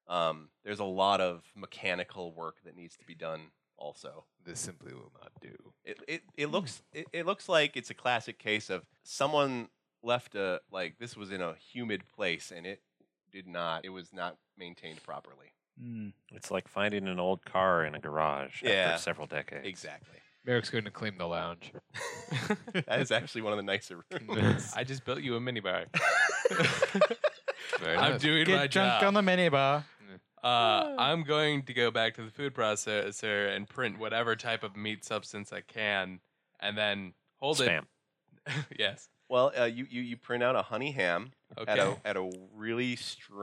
Speaker 1: Um, there's a lot of mechanical work that needs to be done. Also,
Speaker 3: this simply will not do.
Speaker 1: it it, it
Speaker 3: Hmm.
Speaker 1: looks it, it looks like it's a classic case of someone left a like this was in a humid place and it did not it was not maintained properly.
Speaker 2: Hmm.
Speaker 5: It's like finding an old car in a garage
Speaker 1: Yeah.
Speaker 5: after several decades.
Speaker 1: Exactly.
Speaker 3: Merrick's going to clean the lounge.
Speaker 1: That is actually one of the nicer rooms.
Speaker 4: I just built you a minibar.
Speaker 3: Very
Speaker 4: I'm
Speaker 3: nice.
Speaker 4: doing my
Speaker 2: Get drunk
Speaker 4: job.
Speaker 2: on the minibar.
Speaker 4: Uh, I'm going to go back to the food processor and print whatever type of meat substance I can, and then hold
Speaker 5: Spam.
Speaker 4: it. yes.
Speaker 1: Well, uh, you, you you print out a honey ham
Speaker 4: Okay.
Speaker 1: at a at a really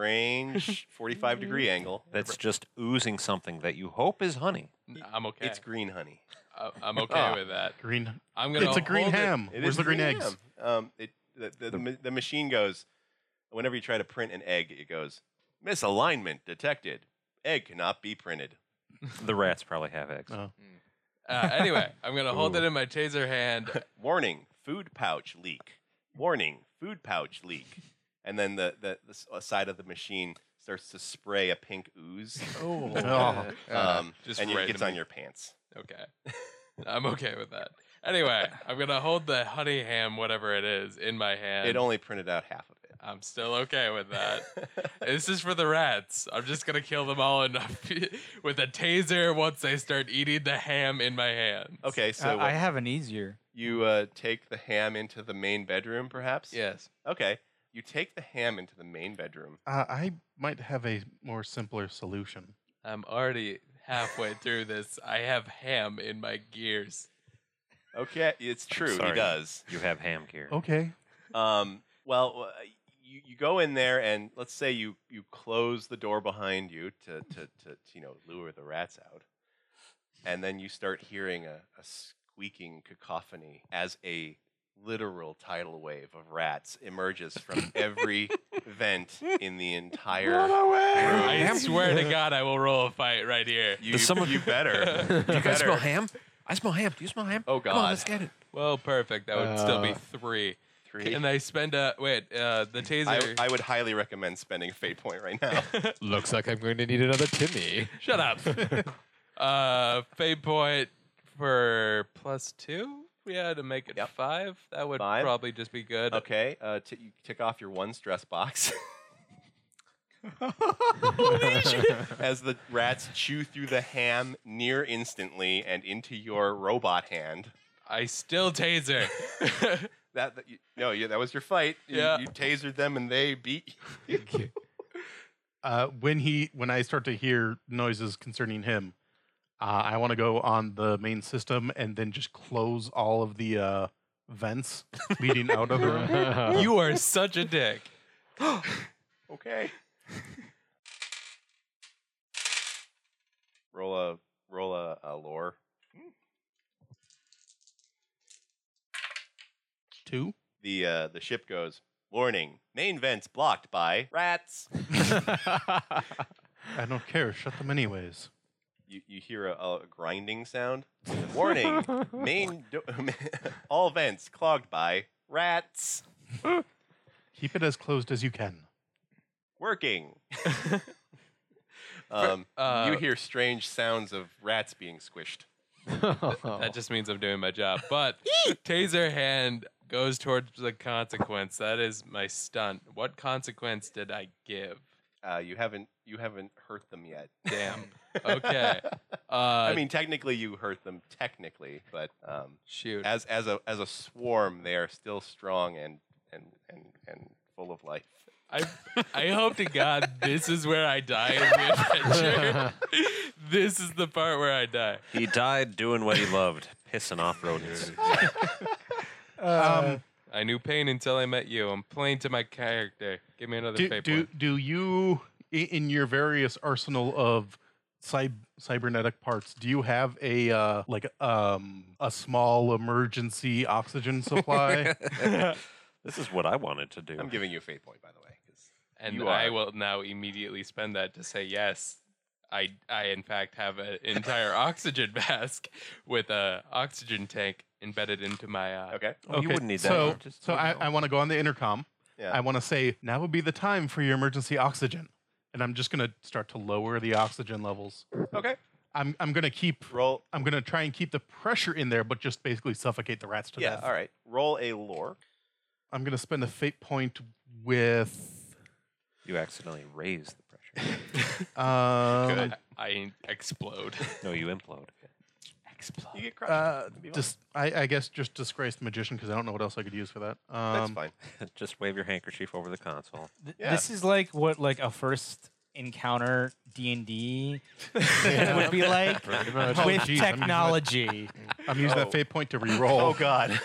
Speaker 1: strange 45 degree angle.
Speaker 5: That's just oozing something that you hope is honey.
Speaker 4: I'm okay.
Speaker 1: It's green honey.
Speaker 4: I- I'm okay
Speaker 1: Ah.
Speaker 4: with that.
Speaker 6: Green.
Speaker 4: I'm gonna.
Speaker 6: It's a green
Speaker 4: hold it-
Speaker 6: ham.
Speaker 1: It
Speaker 6: Where's
Speaker 1: is
Speaker 6: the green eggs?
Speaker 1: ham. Um, it the the, the, ma- the machine goes. Whenever you try to print an egg, it goes misalignment detected. Egg cannot be printed.
Speaker 5: The rats probably have eggs.
Speaker 6: Oh.
Speaker 4: Uh, anyway, I'm gonna hold
Speaker 5: Ooh.
Speaker 4: it in my taser hand.
Speaker 1: Warning: food pouch leak. Warning: food pouch leak. And then the the, the s- uh, side of the machine starts to spray a pink ooze.
Speaker 2: Oh.
Speaker 6: Oh.
Speaker 3: Uh,
Speaker 1: Um,
Speaker 4: just
Speaker 1: and it gets
Speaker 4: randomly.
Speaker 1: on your pants.
Speaker 4: Okay. I'm okay with that. Anyway, I'm gonna hold the honey ham, whatever it is, in my hand.
Speaker 1: It only printed out half of it.
Speaker 4: I'm still okay with that. this is for the rats. I'm just gonna kill them all enough with a taser once they start eating the ham in my hand.
Speaker 1: Okay, so
Speaker 2: Uh, I, I
Speaker 1: what-
Speaker 2: have an easier.
Speaker 1: you uh, take the ham into the main bedroom, perhaps.
Speaker 4: Yes.
Speaker 1: Okay, you take the ham into the main bedroom.
Speaker 6: Uh, I might have a more simpler solution.
Speaker 4: I'm already halfway through this. I have ham in my gears.
Speaker 1: Okay, it's true. He
Speaker 5: Sorry.
Speaker 1: does.
Speaker 5: You have ham gear.
Speaker 1: Oh,
Speaker 6: Okay.
Speaker 1: Um, well, uh, you, you go in there, and let's say you, you close the door behind you to, to, to you know lure the rats out, and then you start hearing a, a squeaking cacophony as a literal tidal wave of rats emerges from every vent in the entire.
Speaker 4: I swear to God, I will roll a fight right here.
Speaker 1: You,
Speaker 5: Does someone-
Speaker 1: you better.
Speaker 5: Do you guys
Speaker 1: Better.
Speaker 5: smell ham? I smell ham. Do you smell ham?
Speaker 1: Oh,
Speaker 5: Come on,
Speaker 1: God.
Speaker 5: let's get it.
Speaker 4: Well, perfect. That would still be
Speaker 3: Uh,
Speaker 4: three.
Speaker 1: Three.
Speaker 4: And I spend a wait. Uh, the
Speaker 1: I,
Speaker 4: taser.
Speaker 1: I would highly recommend spending a fate point right now.
Speaker 3: Looks like I'm going to need another Timmy.
Speaker 4: Shut up. uh, fade point for plus two. Yeah, to make it
Speaker 1: Yep.
Speaker 4: five. That would
Speaker 1: Five.
Speaker 4: probably just be good.
Speaker 1: okay, uh, t- you tick off your one stress box. As the rats chew through the ham near instantly and into your robot hand.
Speaker 4: I still taser.
Speaker 1: That, that you, no, yeah, that was your fight. You,
Speaker 4: Yeah.
Speaker 1: you tasered them and they beat. You.
Speaker 6: Uh, when he, when I start to hear noises concerning him, uh, I want to go on the main system and then just close all of the uh, vents leading out of the room.
Speaker 4: you are such a dick.
Speaker 1: okay. roll a roll a, a lore.
Speaker 6: Two.
Speaker 1: The uh, the ship goes. Warning: Main vents blocked by rats.
Speaker 6: I don't care. Shut them anyways.
Speaker 1: you, you hear a, a grinding sound. Warning: main do- all vents clogged by rats.
Speaker 6: Keep it as closed as you can.
Speaker 1: Working. um,
Speaker 4: Uh,
Speaker 1: you hear strange sounds of rats being squished.
Speaker 4: That just means I'm doing my job. But taser hand goes towards the consequence. That is my stunt. What consequence did I give?
Speaker 1: Uh, you haven't you haven't hurt them yet.
Speaker 4: Damn. Okay. Uh, I
Speaker 1: I
Speaker 4: mean,
Speaker 1: mean, technically you hurt them technically, but um,
Speaker 4: shoot.
Speaker 1: as as a as a swarm, they are still strong and and and and full of life.
Speaker 4: I, I hope to God this is where I die in the adventure. this is the part where I die.
Speaker 5: He died doing what he loved, pissing off rodents.
Speaker 6: Um,
Speaker 4: I knew pain until I met you. I'm playing to my character. Give me another
Speaker 6: do,
Speaker 4: fake
Speaker 6: do,
Speaker 4: one.
Speaker 6: do you, i- in your various arsenal of cy- cybernetic parts, do you have a uh, like um, a small emergency oxygen supply?
Speaker 5: this is what I wanted to do.
Speaker 1: I'm giving you a fate point, by the way. 'cause-
Speaker 4: And
Speaker 1: You
Speaker 4: I
Speaker 1: are.
Speaker 4: will now immediately spend that to say yes. I, I in fact have an entire oxygen mask with a oxygen tank embedded into my uh,
Speaker 1: Okay.
Speaker 5: Oh, you wouldn't need that.
Speaker 6: So,
Speaker 5: You just
Speaker 6: so
Speaker 5: need
Speaker 6: I,
Speaker 5: help.
Speaker 6: I want to go on the intercom.
Speaker 1: Yeah.
Speaker 6: I want to say now would be the time for your emergency oxygen, and I'm just gonna start to lower the oxygen levels.
Speaker 1: Okay.
Speaker 6: I'm I'm gonna keep.
Speaker 1: Roll.
Speaker 6: I'm gonna try and keep the pressure in there, but just basically suffocate the rats to
Speaker 1: Yeah.
Speaker 6: death.
Speaker 1: All right. Roll a lore.
Speaker 6: I'm gonna spend a fate point with.
Speaker 5: you accidentally raise the pressure.
Speaker 6: Um,
Speaker 4: I, I explode.
Speaker 5: no, you implode.
Speaker 1: You get crushed.
Speaker 6: uh,
Speaker 1: It'll be fine.
Speaker 6: dis- I, I guess just disgraced magician because I don't know what else I could use for that. Um,
Speaker 1: That's fine.
Speaker 5: just wave your handkerchief over the console.
Speaker 8: Th-
Speaker 1: Yeah.
Speaker 8: This is like what like a first encounter D and D would be like
Speaker 3: Pretty much.
Speaker 6: Oh,
Speaker 8: with
Speaker 6: geez, I'm using that-
Speaker 8: technology.
Speaker 6: I'm using
Speaker 1: Oh.
Speaker 6: that fate point to reroll.
Speaker 1: Oh God.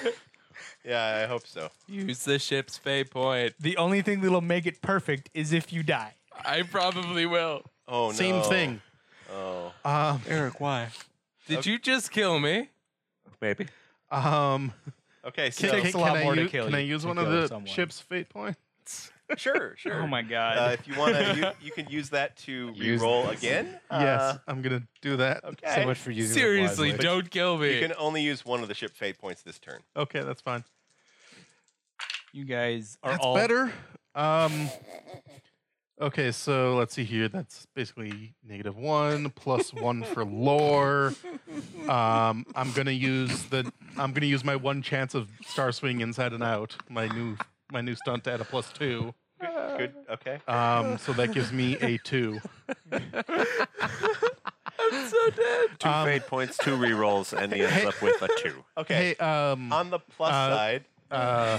Speaker 1: yeah, I hope so.
Speaker 4: Use the ship's fate point.
Speaker 8: the only thing that'll make it perfect is if you die.
Speaker 4: I probably will.
Speaker 1: Oh no.
Speaker 6: Same thing.
Speaker 1: Oh.
Speaker 6: Um,
Speaker 3: Eric, why?
Speaker 4: Did you just kill me?
Speaker 5: Maybe.
Speaker 6: um,
Speaker 1: Okay. So
Speaker 6: can,
Speaker 8: takes
Speaker 6: can-
Speaker 8: a lot
Speaker 6: can I
Speaker 8: more to
Speaker 6: use,
Speaker 8: kill
Speaker 6: Can
Speaker 8: you
Speaker 6: I use
Speaker 8: to
Speaker 6: one of
Speaker 8: kill
Speaker 6: the
Speaker 8: someone.
Speaker 6: ship's fate points?
Speaker 1: sure, sure.
Speaker 8: Oh my god.
Speaker 1: Uh, if you want to, you, you can use that to
Speaker 3: Use
Speaker 1: re-roll
Speaker 3: this.
Speaker 1: again.
Speaker 6: yes,
Speaker 1: Uh,
Speaker 6: I'm gonna do that.
Speaker 1: okay.
Speaker 3: So much for using them
Speaker 4: Seriously,
Speaker 3: wisely.
Speaker 4: don't kill me.
Speaker 1: You can only use one of the ship fate points this turn.
Speaker 6: Okay, that's fine.
Speaker 8: you guys are
Speaker 6: that's
Speaker 8: all
Speaker 6: better. Um, okay, so let's see here. That's basically negative one plus one for lore. Um, I'm gonna use the. I'm gonna use my one chance of star swing inside and out. My new my new stunt at a plus two.
Speaker 1: Good. good okay.
Speaker 6: Um, so that gives me a two.
Speaker 5: Two
Speaker 6: Um,
Speaker 5: fate points, two re rolls, and he ends up with a two.
Speaker 1: Okay.
Speaker 6: Hey, um,
Speaker 1: On the plus
Speaker 6: uh,
Speaker 1: side,
Speaker 6: uh,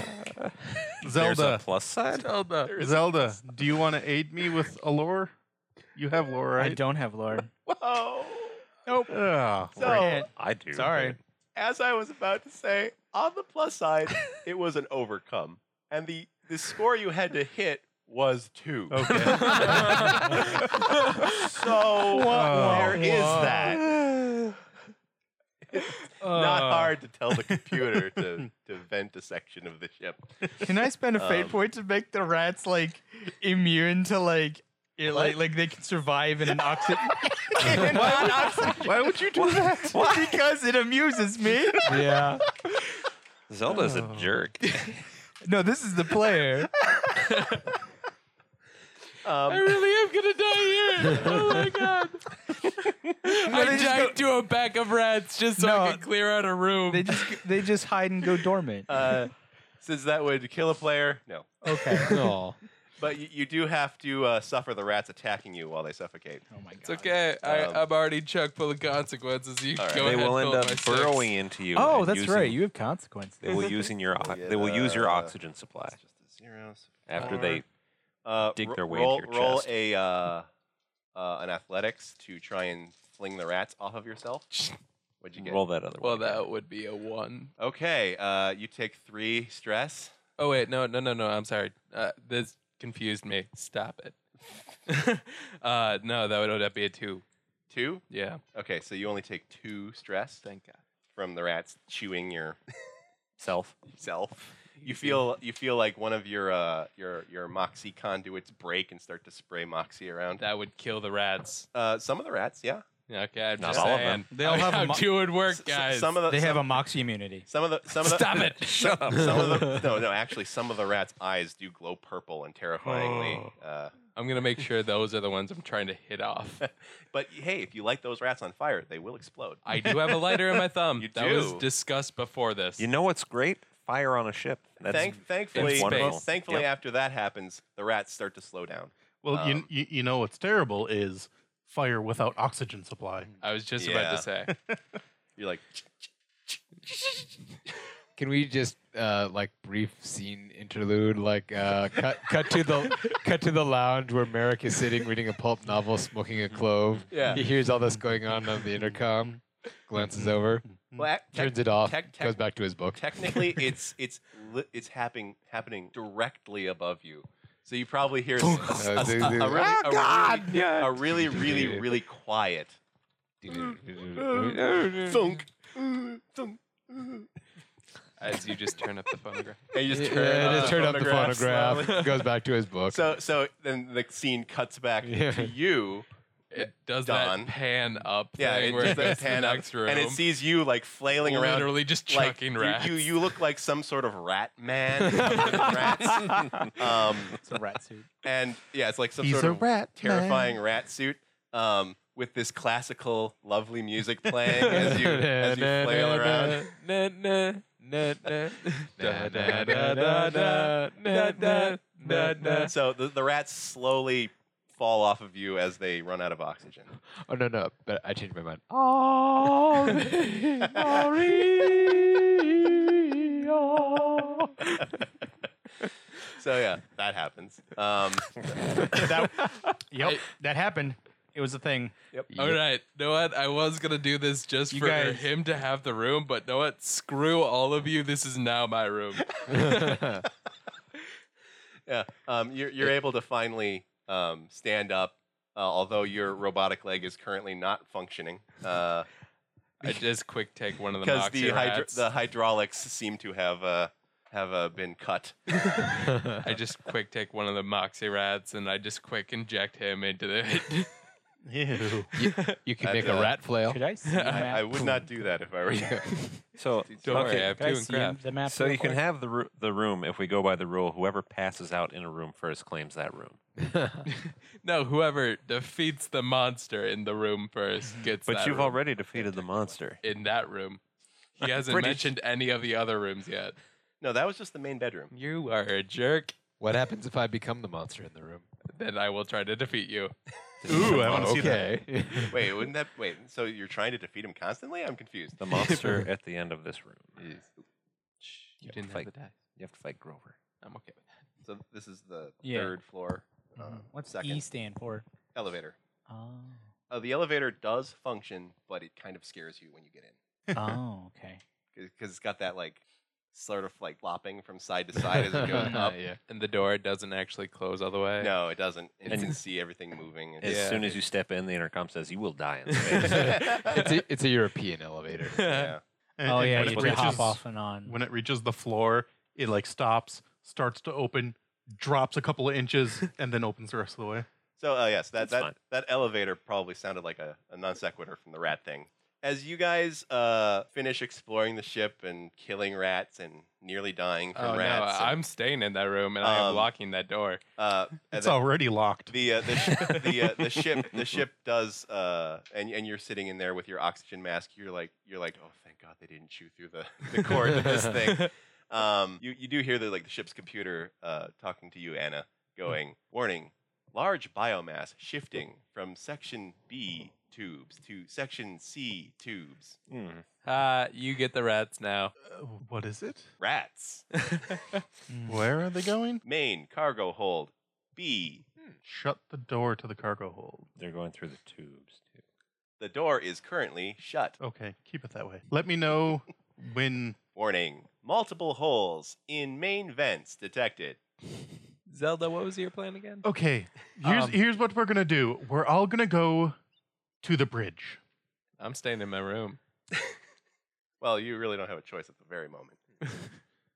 Speaker 5: There's a
Speaker 6: Zelda,
Speaker 5: plus side.
Speaker 4: Zelda.
Speaker 6: Zelda, do you want to aid me with a lore? You have lore,
Speaker 8: I
Speaker 6: right? Ah.
Speaker 8: don't have lore.
Speaker 1: whoa.
Speaker 6: Ugh.
Speaker 1: oh, So
Speaker 8: Right.
Speaker 5: I do.
Speaker 8: Sorry.
Speaker 1: as I was about to say, on the plus side, it was an overcome, and the the score you had to hit was two.
Speaker 6: Okay. uh,
Speaker 1: so
Speaker 8: Oh,
Speaker 1: there is that.
Speaker 8: Oh.
Speaker 5: Uh.
Speaker 1: Not hard to tell the computer to, to vent a section of the ship.
Speaker 8: Can I spend a fate
Speaker 1: Um,
Speaker 8: point to make the rats like immune to like it, like like they can survive in an oxygen?
Speaker 6: Why would you do that?
Speaker 8: because it amuses me.
Speaker 2: yeah.
Speaker 5: Zelda's a jerk.
Speaker 8: No, this is the player.
Speaker 4: I
Speaker 1: Um,
Speaker 4: really am gonna die here. Oh my god. I died to a pack of rats just so I
Speaker 8: No.
Speaker 4: could clear out a room.
Speaker 8: They just they just hide and go dormant.
Speaker 1: uh, since that would kill a player, no.
Speaker 8: Okay.
Speaker 2: No.
Speaker 1: But you, you do have to uh, suffer the rats attacking you while they suffocate.
Speaker 8: Oh my god.
Speaker 4: it's okay. I,
Speaker 1: Um,
Speaker 4: I'm already chuck full of consequences. You
Speaker 1: all right.
Speaker 4: go
Speaker 5: They
Speaker 4: ahead
Speaker 5: will
Speaker 4: and
Speaker 5: end
Speaker 4: roll
Speaker 5: up
Speaker 4: my six.
Speaker 5: burrowing into you.
Speaker 8: Oh,
Speaker 5: and
Speaker 8: that's
Speaker 5: using-
Speaker 8: right. You have consequences.
Speaker 5: They will using your.
Speaker 1: We'll
Speaker 5: ox-
Speaker 1: get,
Speaker 5: They will use your
Speaker 1: uh,
Speaker 5: oxygen supply
Speaker 1: It's just a zero. so
Speaker 5: after
Speaker 1: four.
Speaker 5: they.
Speaker 1: uh,
Speaker 5: dig
Speaker 1: ro-
Speaker 5: their way into
Speaker 1: roll,
Speaker 5: your
Speaker 1: roll
Speaker 5: chest.
Speaker 1: a uh, uh, an athletics to try and fling the rats off of yourself. What'd you get?
Speaker 5: Roll that other
Speaker 4: Well,
Speaker 5: one.
Speaker 4: that would be a one.
Speaker 1: Okay, uh, you take three stress.
Speaker 4: Oh wait, no, no, no, no. I'm sorry. Uh, this confused me. Stop it. uh, no, that would, that would be a two.
Speaker 1: Two.
Speaker 4: Yeah.
Speaker 1: Okay, so you only take two stress
Speaker 4: Thank God.
Speaker 1: from the rats chewing your
Speaker 5: self.
Speaker 1: self. You feel you feel like one of your uh, your your moxie conduits break and start to spray moxie around.
Speaker 4: That would kill the rats.
Speaker 1: Uh, some of the rats, yeah.
Speaker 4: Okay, I'm
Speaker 5: Not
Speaker 4: just
Speaker 5: all of
Speaker 4: saying.
Speaker 5: them.
Speaker 4: They
Speaker 8: all have a
Speaker 4: I'm
Speaker 8: mo-
Speaker 4: doing
Speaker 1: S-
Speaker 4: work,
Speaker 1: s-
Speaker 4: guys.
Speaker 1: Some of the
Speaker 8: They have
Speaker 1: some,
Speaker 8: a moxie immunity.
Speaker 1: some of the some of the
Speaker 4: Stop it. Shut up.
Speaker 1: Some of the, no, no. Actually, some of the rats' eyes do glow purple and terrifyingly. Uh,
Speaker 4: I'm gonna make sure those are the ones I'm trying to hit off.
Speaker 1: but hey, if you light those rats on fire, they will explode.
Speaker 4: I do have a lighter in my thumb.
Speaker 1: You
Speaker 4: that was
Speaker 1: do.
Speaker 4: discussed before this.
Speaker 5: You know what's great? Fire on a ship. That's
Speaker 1: Thank, thankfully,
Speaker 4: it's wonderful.
Speaker 1: thankfully,
Speaker 5: Yep.
Speaker 1: after that happens, the rats start to slow down.
Speaker 6: Well,
Speaker 1: Um,
Speaker 6: you, you you know what's terrible is fire without oxygen supply.
Speaker 4: I was just
Speaker 1: Yeah.
Speaker 4: about to say.
Speaker 1: You're like,
Speaker 3: Can we just uh, like brief scene interlude, like uh, cut cut to the cut to the lounge where Merrick is sitting reading a pulp novel, smoking a clove.
Speaker 1: Yeah.
Speaker 3: He hears all this going on on the intercom. glances over,
Speaker 1: Well, ac- tec-
Speaker 3: turns it off,
Speaker 1: tec- tec-
Speaker 3: goes back to his book.
Speaker 1: technically it's it's li- it's happening happening directly above you. So you probably hear s- a, a- a- a really, a, really, a really, really, really quiet thunk, thunk.
Speaker 4: As you just turn up the phonograph.
Speaker 1: And you just turn,
Speaker 3: Yeah,
Speaker 1: on
Speaker 3: just turn up the phonograph, goes back to his book.
Speaker 1: So so then the scene cuts back
Speaker 3: Yeah.
Speaker 1: to you.
Speaker 4: It does
Speaker 1: Done.
Speaker 4: that pan up
Speaker 1: Yeah,
Speaker 4: thing
Speaker 1: it
Speaker 4: where
Speaker 1: just
Speaker 4: it
Speaker 1: the
Speaker 4: goes to the
Speaker 1: pan up,
Speaker 4: next room.
Speaker 1: and it sees you like flailing around,
Speaker 4: literally just
Speaker 1: like
Speaker 4: chucking
Speaker 1: you-
Speaker 4: rats.
Speaker 1: You, you look like some sort of rat man. covered in rats. Um,
Speaker 8: It's a rat suit.
Speaker 1: and yeah, it's like some
Speaker 6: He's
Speaker 1: sort
Speaker 6: a
Speaker 1: of
Speaker 6: rat.
Speaker 1: terrifying rat suit um, with this classical, lovely music playing as you as you flail around.
Speaker 4: Na, na, na, na.
Speaker 3: Na,
Speaker 4: Da, da,
Speaker 3: na,
Speaker 4: da, da, da. Na, na, na, na.
Speaker 1: So the, the rats slowly fall off of you as they run out of oxygen.
Speaker 3: Oh no no! But I changed my mind. Oh, Maria.
Speaker 1: So yeah, that happens. Um,
Speaker 8: Yep, that happened. It was a thing.
Speaker 4: All right, know what? I was gonna do this just
Speaker 8: You
Speaker 4: for
Speaker 8: guys-
Speaker 4: him to have the room, but know what? Screw all of you. This is now my room.
Speaker 1: yeah, um, you're you're able to finally um, stand up, uh, although your robotic leg is currently not functioning. Uh,
Speaker 4: I just quick take one of the
Speaker 1: because the,
Speaker 4: Noxy
Speaker 1: hydro-
Speaker 4: rats.
Speaker 1: the hydraulics seem to have uh, have uh, been cut.
Speaker 4: I just quick take one of the moxie rats and I just quick inject him into the.
Speaker 6: Ew.
Speaker 3: you, you can
Speaker 1: That,
Speaker 3: make
Speaker 1: uh,
Speaker 3: a rat flail.
Speaker 8: Could I see the
Speaker 1: I, I
Speaker 8: map?
Speaker 1: would not do that if I were you.
Speaker 5: So
Speaker 4: Don't
Speaker 5: okay,
Speaker 4: worry, I have
Speaker 8: Could I
Speaker 4: two in
Speaker 8: see
Speaker 4: craft.
Speaker 8: the map?
Speaker 5: So
Speaker 8: real
Speaker 5: you can
Speaker 8: quick?
Speaker 5: have the ru- the room if we go by the rule. Whoever passes out in a room first claims that room.
Speaker 4: No, whoever defeats the monster in the room first gets.
Speaker 5: But
Speaker 4: that
Speaker 5: you've
Speaker 4: room.
Speaker 5: already defeated the monster.
Speaker 4: in that room. He hasn't
Speaker 5: Pretty-
Speaker 4: mentioned any of the other rooms yet.
Speaker 1: No, that was just the main bedroom.
Speaker 4: You are a jerk.
Speaker 3: What happens if I become the monster in the room?
Speaker 4: Then I will try to defeat you.
Speaker 6: Ooh, I want to see that.
Speaker 3: okay.
Speaker 1: Wait, wouldn't that wait? So you're trying to defeat him constantly? I'm confused.
Speaker 5: The monster at the end of this room.
Speaker 4: You didn't
Speaker 5: fight.
Speaker 4: have the die.
Speaker 5: You have to fight Grover.
Speaker 4: I'm okay with that.
Speaker 1: So this is the
Speaker 8: Yeah.
Speaker 1: third floor
Speaker 2: Mm-hmm.
Speaker 8: What's
Speaker 1: second.
Speaker 8: E stand for?
Speaker 1: elevator.
Speaker 8: Oh,
Speaker 1: Uh, the elevator does function, but it kind of scares you when you get in
Speaker 8: oh okay.
Speaker 1: because it's got that like sort of like flopping from side to side as it goes up.
Speaker 3: yeah.
Speaker 4: And the door doesn't actually close all the way.
Speaker 1: No, it doesn't. And you
Speaker 5: And-
Speaker 1: can see everything moving.
Speaker 5: As
Speaker 1: It's-
Speaker 5: soon as you step in, the intercom says you will die in space.
Speaker 3: It's a, it's a European elevator.
Speaker 1: yeah.
Speaker 6: And-
Speaker 8: oh
Speaker 6: and
Speaker 8: yeah,
Speaker 6: when
Speaker 8: you
Speaker 6: it
Speaker 8: can hop
Speaker 6: reaches-
Speaker 8: off and on.
Speaker 6: When it reaches the floor, it like stops, starts to open, drops a couple of inches, and then opens the rest of the way.
Speaker 1: So uh, yes, that
Speaker 5: That's
Speaker 1: that,
Speaker 5: fine.
Speaker 1: that elevator probably sounded like a, a non sequitur from the rat thing. As you guys uh, finish exploring the ship and killing rats and nearly dying from
Speaker 4: Oh, no,
Speaker 1: rats, and,
Speaker 4: I'm staying in that room and I
Speaker 1: Um,
Speaker 4: am locking that door.
Speaker 1: uh,
Speaker 6: It's
Speaker 1: the-
Speaker 6: already locked.
Speaker 1: the uh, the, sh- the, uh, the ship the ship does uh, and and you're sitting in there with your oxygen mask. You're like you're like oh thank God they didn't chew through the, the cord of this thing. Um, you you do hear the like the ship's computer uh, talking to you Anna going warning large biomass shifting from section B tubes to section C tubes
Speaker 5: Hmm.
Speaker 4: Uh, you get the rats now.
Speaker 6: Uh, what is it?
Speaker 1: rats
Speaker 6: Where are they going?
Speaker 1: main cargo hold B
Speaker 6: Shut the door to the cargo hold.
Speaker 5: They're going through the tubes too.
Speaker 1: the door is currently shut.
Speaker 6: Okay, keep it that way. Let me know when.
Speaker 1: Warning. Multiple holes in main vents detected.
Speaker 4: Zelda, what was your plan again?
Speaker 6: Okay, here's
Speaker 8: Um,
Speaker 6: here's what we're gonna do. We're all gonna go to the bridge.
Speaker 4: I'm staying in my room.
Speaker 1: Well, you really don't have a choice at the very moment.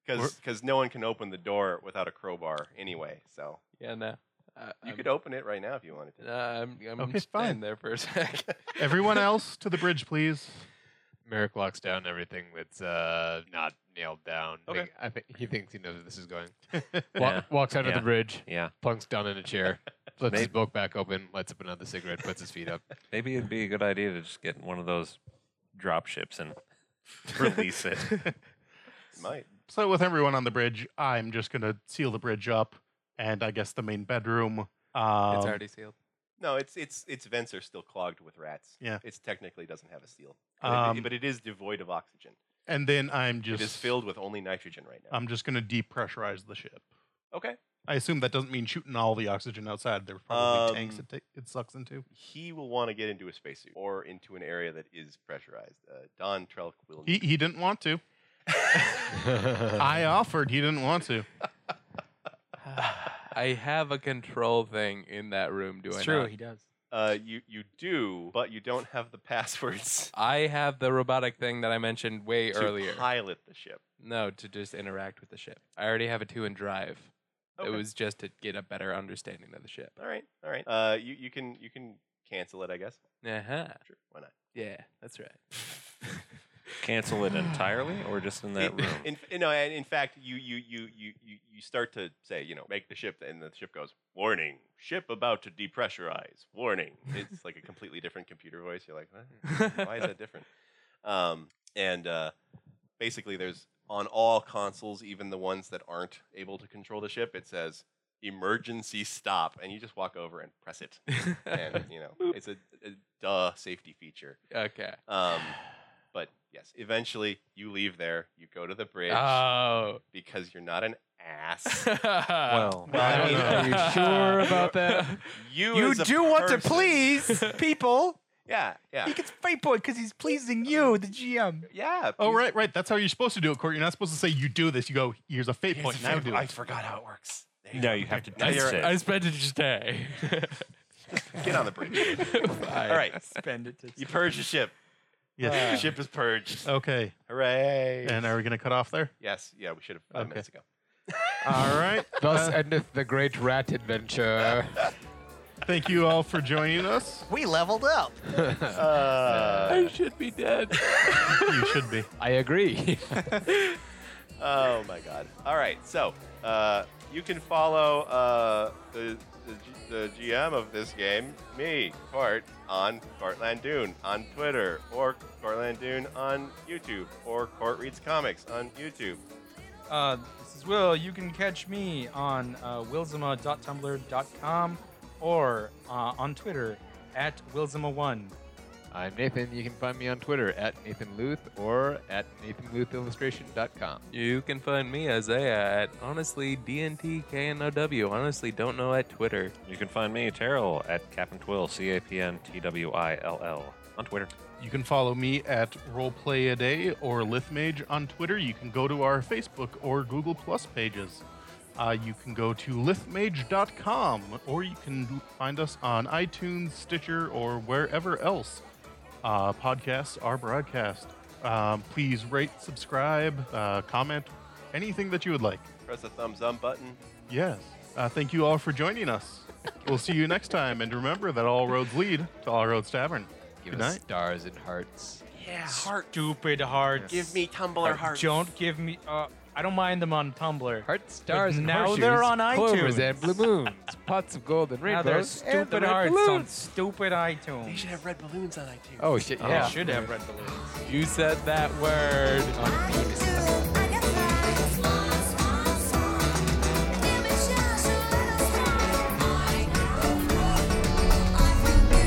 Speaker 1: Because no one can open the door without a crowbar anyway. So
Speaker 4: Yeah, no. I,
Speaker 1: you
Speaker 4: I'm,
Speaker 1: could open it right now if you wanted to.
Speaker 4: uh, I'm, I'm
Speaker 6: Okay,
Speaker 4: staying
Speaker 6: fine.
Speaker 4: there for a sec.
Speaker 6: Everyone else to the bridge, please.
Speaker 3: Merrick locks down everything that's uh, not nailed down.
Speaker 1: Okay.
Speaker 3: Think- I think he thinks he knows where this is going. Wa-
Speaker 5: Yeah.
Speaker 3: Walks out of
Speaker 5: Yeah.
Speaker 3: the bridge,
Speaker 5: Yeah.
Speaker 3: plunks down in a chair, flips his
Speaker 5: Maybe-
Speaker 3: book back open, lights up another cigarette, puts his feet up.
Speaker 5: Maybe it'd be a good idea to just get one of those drop ships and release it.
Speaker 1: It might.
Speaker 6: So with everyone on the bridge, I'm just gonna seal the bridge up, and I guess the main bedroom. Um,
Speaker 4: it's already sealed.
Speaker 1: No, it's it's its vents are still clogged with rats.
Speaker 6: Yeah.
Speaker 1: It's technically doesn't have a seal. But, it-
Speaker 6: Um,
Speaker 1: but it is devoid of oxygen.
Speaker 6: And then I'm just
Speaker 1: It
Speaker 6: Um,
Speaker 1: is filled with only nitrogen right now.
Speaker 6: I'm just gonna depressurize the ship.
Speaker 1: Okay.
Speaker 6: I assume that doesn't mean shooting all the oxygen outside. There's probably tanks
Speaker 1: Um,
Speaker 6: it, ta- it sucks into.
Speaker 1: He will want to get into a spacesuit or into an area that is pressurized. Uh, Don Trelk will.
Speaker 6: He he didn't want to. I offered. He didn't want to.
Speaker 4: I have a control thing in that room. Do I?
Speaker 2: It's true,
Speaker 4: not?
Speaker 2: he does.
Speaker 1: Uh, you you do, but you don't have the passwords
Speaker 4: I have the robotic thing that I mentioned way
Speaker 1: to
Speaker 4: earlier.
Speaker 1: pilot the ship.
Speaker 4: No, to just interact with the ship. I already have a two in drive.
Speaker 1: Okay.
Speaker 4: It was just to get a better understanding of the ship.
Speaker 1: All right, all right. Uh, you you can you can cancel it, I guess.
Speaker 4: Uh huh.
Speaker 1: Sure, why not?
Speaker 4: Yeah, that's right.
Speaker 5: Cancel it entirely or just in that room?
Speaker 1: In, in, no, and in fact, you you you you you you start to say, you know, make the ship, and the ship goes, "Warning, ship about to depressurize." Warning. It's like a completely different computer voice. You're like, "Huh? why is that different? Um, and uh, basically, there's on all consoles, even the ones that aren't able to control the ship, it says emergency stop, and you just walk over and press it, and you know, it's a, a duh safety feature.
Speaker 4: okay.
Speaker 1: Um, but yes, eventually you leave there, you go to the bridge
Speaker 4: Oh.
Speaker 1: because you're not an ass.
Speaker 5: uh,
Speaker 4: well,
Speaker 1: I mean,
Speaker 2: are you sure about that?
Speaker 1: you
Speaker 8: You
Speaker 1: as a
Speaker 8: do want to
Speaker 1: person-
Speaker 8: please people.
Speaker 1: Yeah, yeah,
Speaker 8: He gets fight boy because he's pleasing you, the GM.
Speaker 1: yeah.
Speaker 6: Oh
Speaker 1: please-
Speaker 6: right, right. That's how you're supposed to do it, Court. You're not supposed to say you do this. You go. Here's a fate
Speaker 1: Here's
Speaker 6: point.
Speaker 1: the
Speaker 6: Now
Speaker 1: thing,
Speaker 6: do
Speaker 1: I
Speaker 6: it.
Speaker 1: forgot how it works. There you
Speaker 5: no,
Speaker 1: go.
Speaker 5: you have to
Speaker 1: Now you're-
Speaker 5: test it.
Speaker 4: spent it today.
Speaker 1: Get on the bridge.
Speaker 4: All
Speaker 1: All right,
Speaker 8: Spend it.
Speaker 1: you purge the ship.
Speaker 6: Yes.
Speaker 1: The ship is purged.
Speaker 6: Okay.
Speaker 1: Hooray!
Speaker 6: And are we gonna cut off there?
Speaker 1: yes, yeah, we should have five
Speaker 6: Okay.
Speaker 1: minutes ago.
Speaker 6: All right.
Speaker 3: Thus endeth the great rat adventure.
Speaker 6: Thank you all for joining us.
Speaker 8: We leveled up.
Speaker 6: Uh,
Speaker 1: Uh,
Speaker 4: I should be dead.
Speaker 6: You should be.
Speaker 3: I agree.
Speaker 1: Oh my god. All right, so uh, you can follow uh, the, the, G- the GM of this game, me, Cart, on Cartland Dune on Twitter, or Cartland Dune on YouTube, or Cart Reads Comics on YouTube.
Speaker 2: Uh, this is Will. You can catch me on uh, willzima.tumblr.com or uh, on Twitter at willzima1.
Speaker 3: I'm Nathan. You can find me on Twitter at Nathan Luth or at NathanLuthIllustration.com.
Speaker 4: You can find me Isaiah at honestly DNT KNOW. Honestly, don't know at Twitter.
Speaker 5: You can find me, Terrell, at Captain Twill, C A P N T W I L L, on Twitter.
Speaker 6: You can follow me at Roleplay a Day or Lithmage on Twitter. You can go to our Facebook or Google Plus pages. Uh, you can go to lithmage.com or you can find us on iTunes, Stitcher, or wherever else uh, podcasts are broadcast. Um, please rate, subscribe, uh, comment, anything that you would like.
Speaker 1: Press the thumbs up button.
Speaker 6: Yes. Uh, thank you all for joining us. we'll see you next time. And remember that all roads lead to All Roads Tavern.
Speaker 3: Give
Speaker 6: Good
Speaker 3: us
Speaker 6: night.
Speaker 3: stars and hearts.
Speaker 2: Stupid hearts.
Speaker 3: Give
Speaker 2: me Tumblr hearts. Don't give me. Uh, I don't mind them on Tumblr.
Speaker 3: Heart stars and
Speaker 2: now
Speaker 3: horseshoes,
Speaker 2: they're on
Speaker 3: clovers
Speaker 2: iTunes.
Speaker 3: and blue moons, pots of gold and
Speaker 2: Now
Speaker 3: rainbows,
Speaker 2: they're
Speaker 3: and the
Speaker 2: stupid
Speaker 3: red
Speaker 2: hearts on
Speaker 3: balloons.
Speaker 2: stupid iTunes.
Speaker 1: red balloons on iTunes.
Speaker 3: Oh shit!
Speaker 2: They
Speaker 3: Yeah,
Speaker 2: should have red balloons.
Speaker 4: You said that word.
Speaker 9: Thank you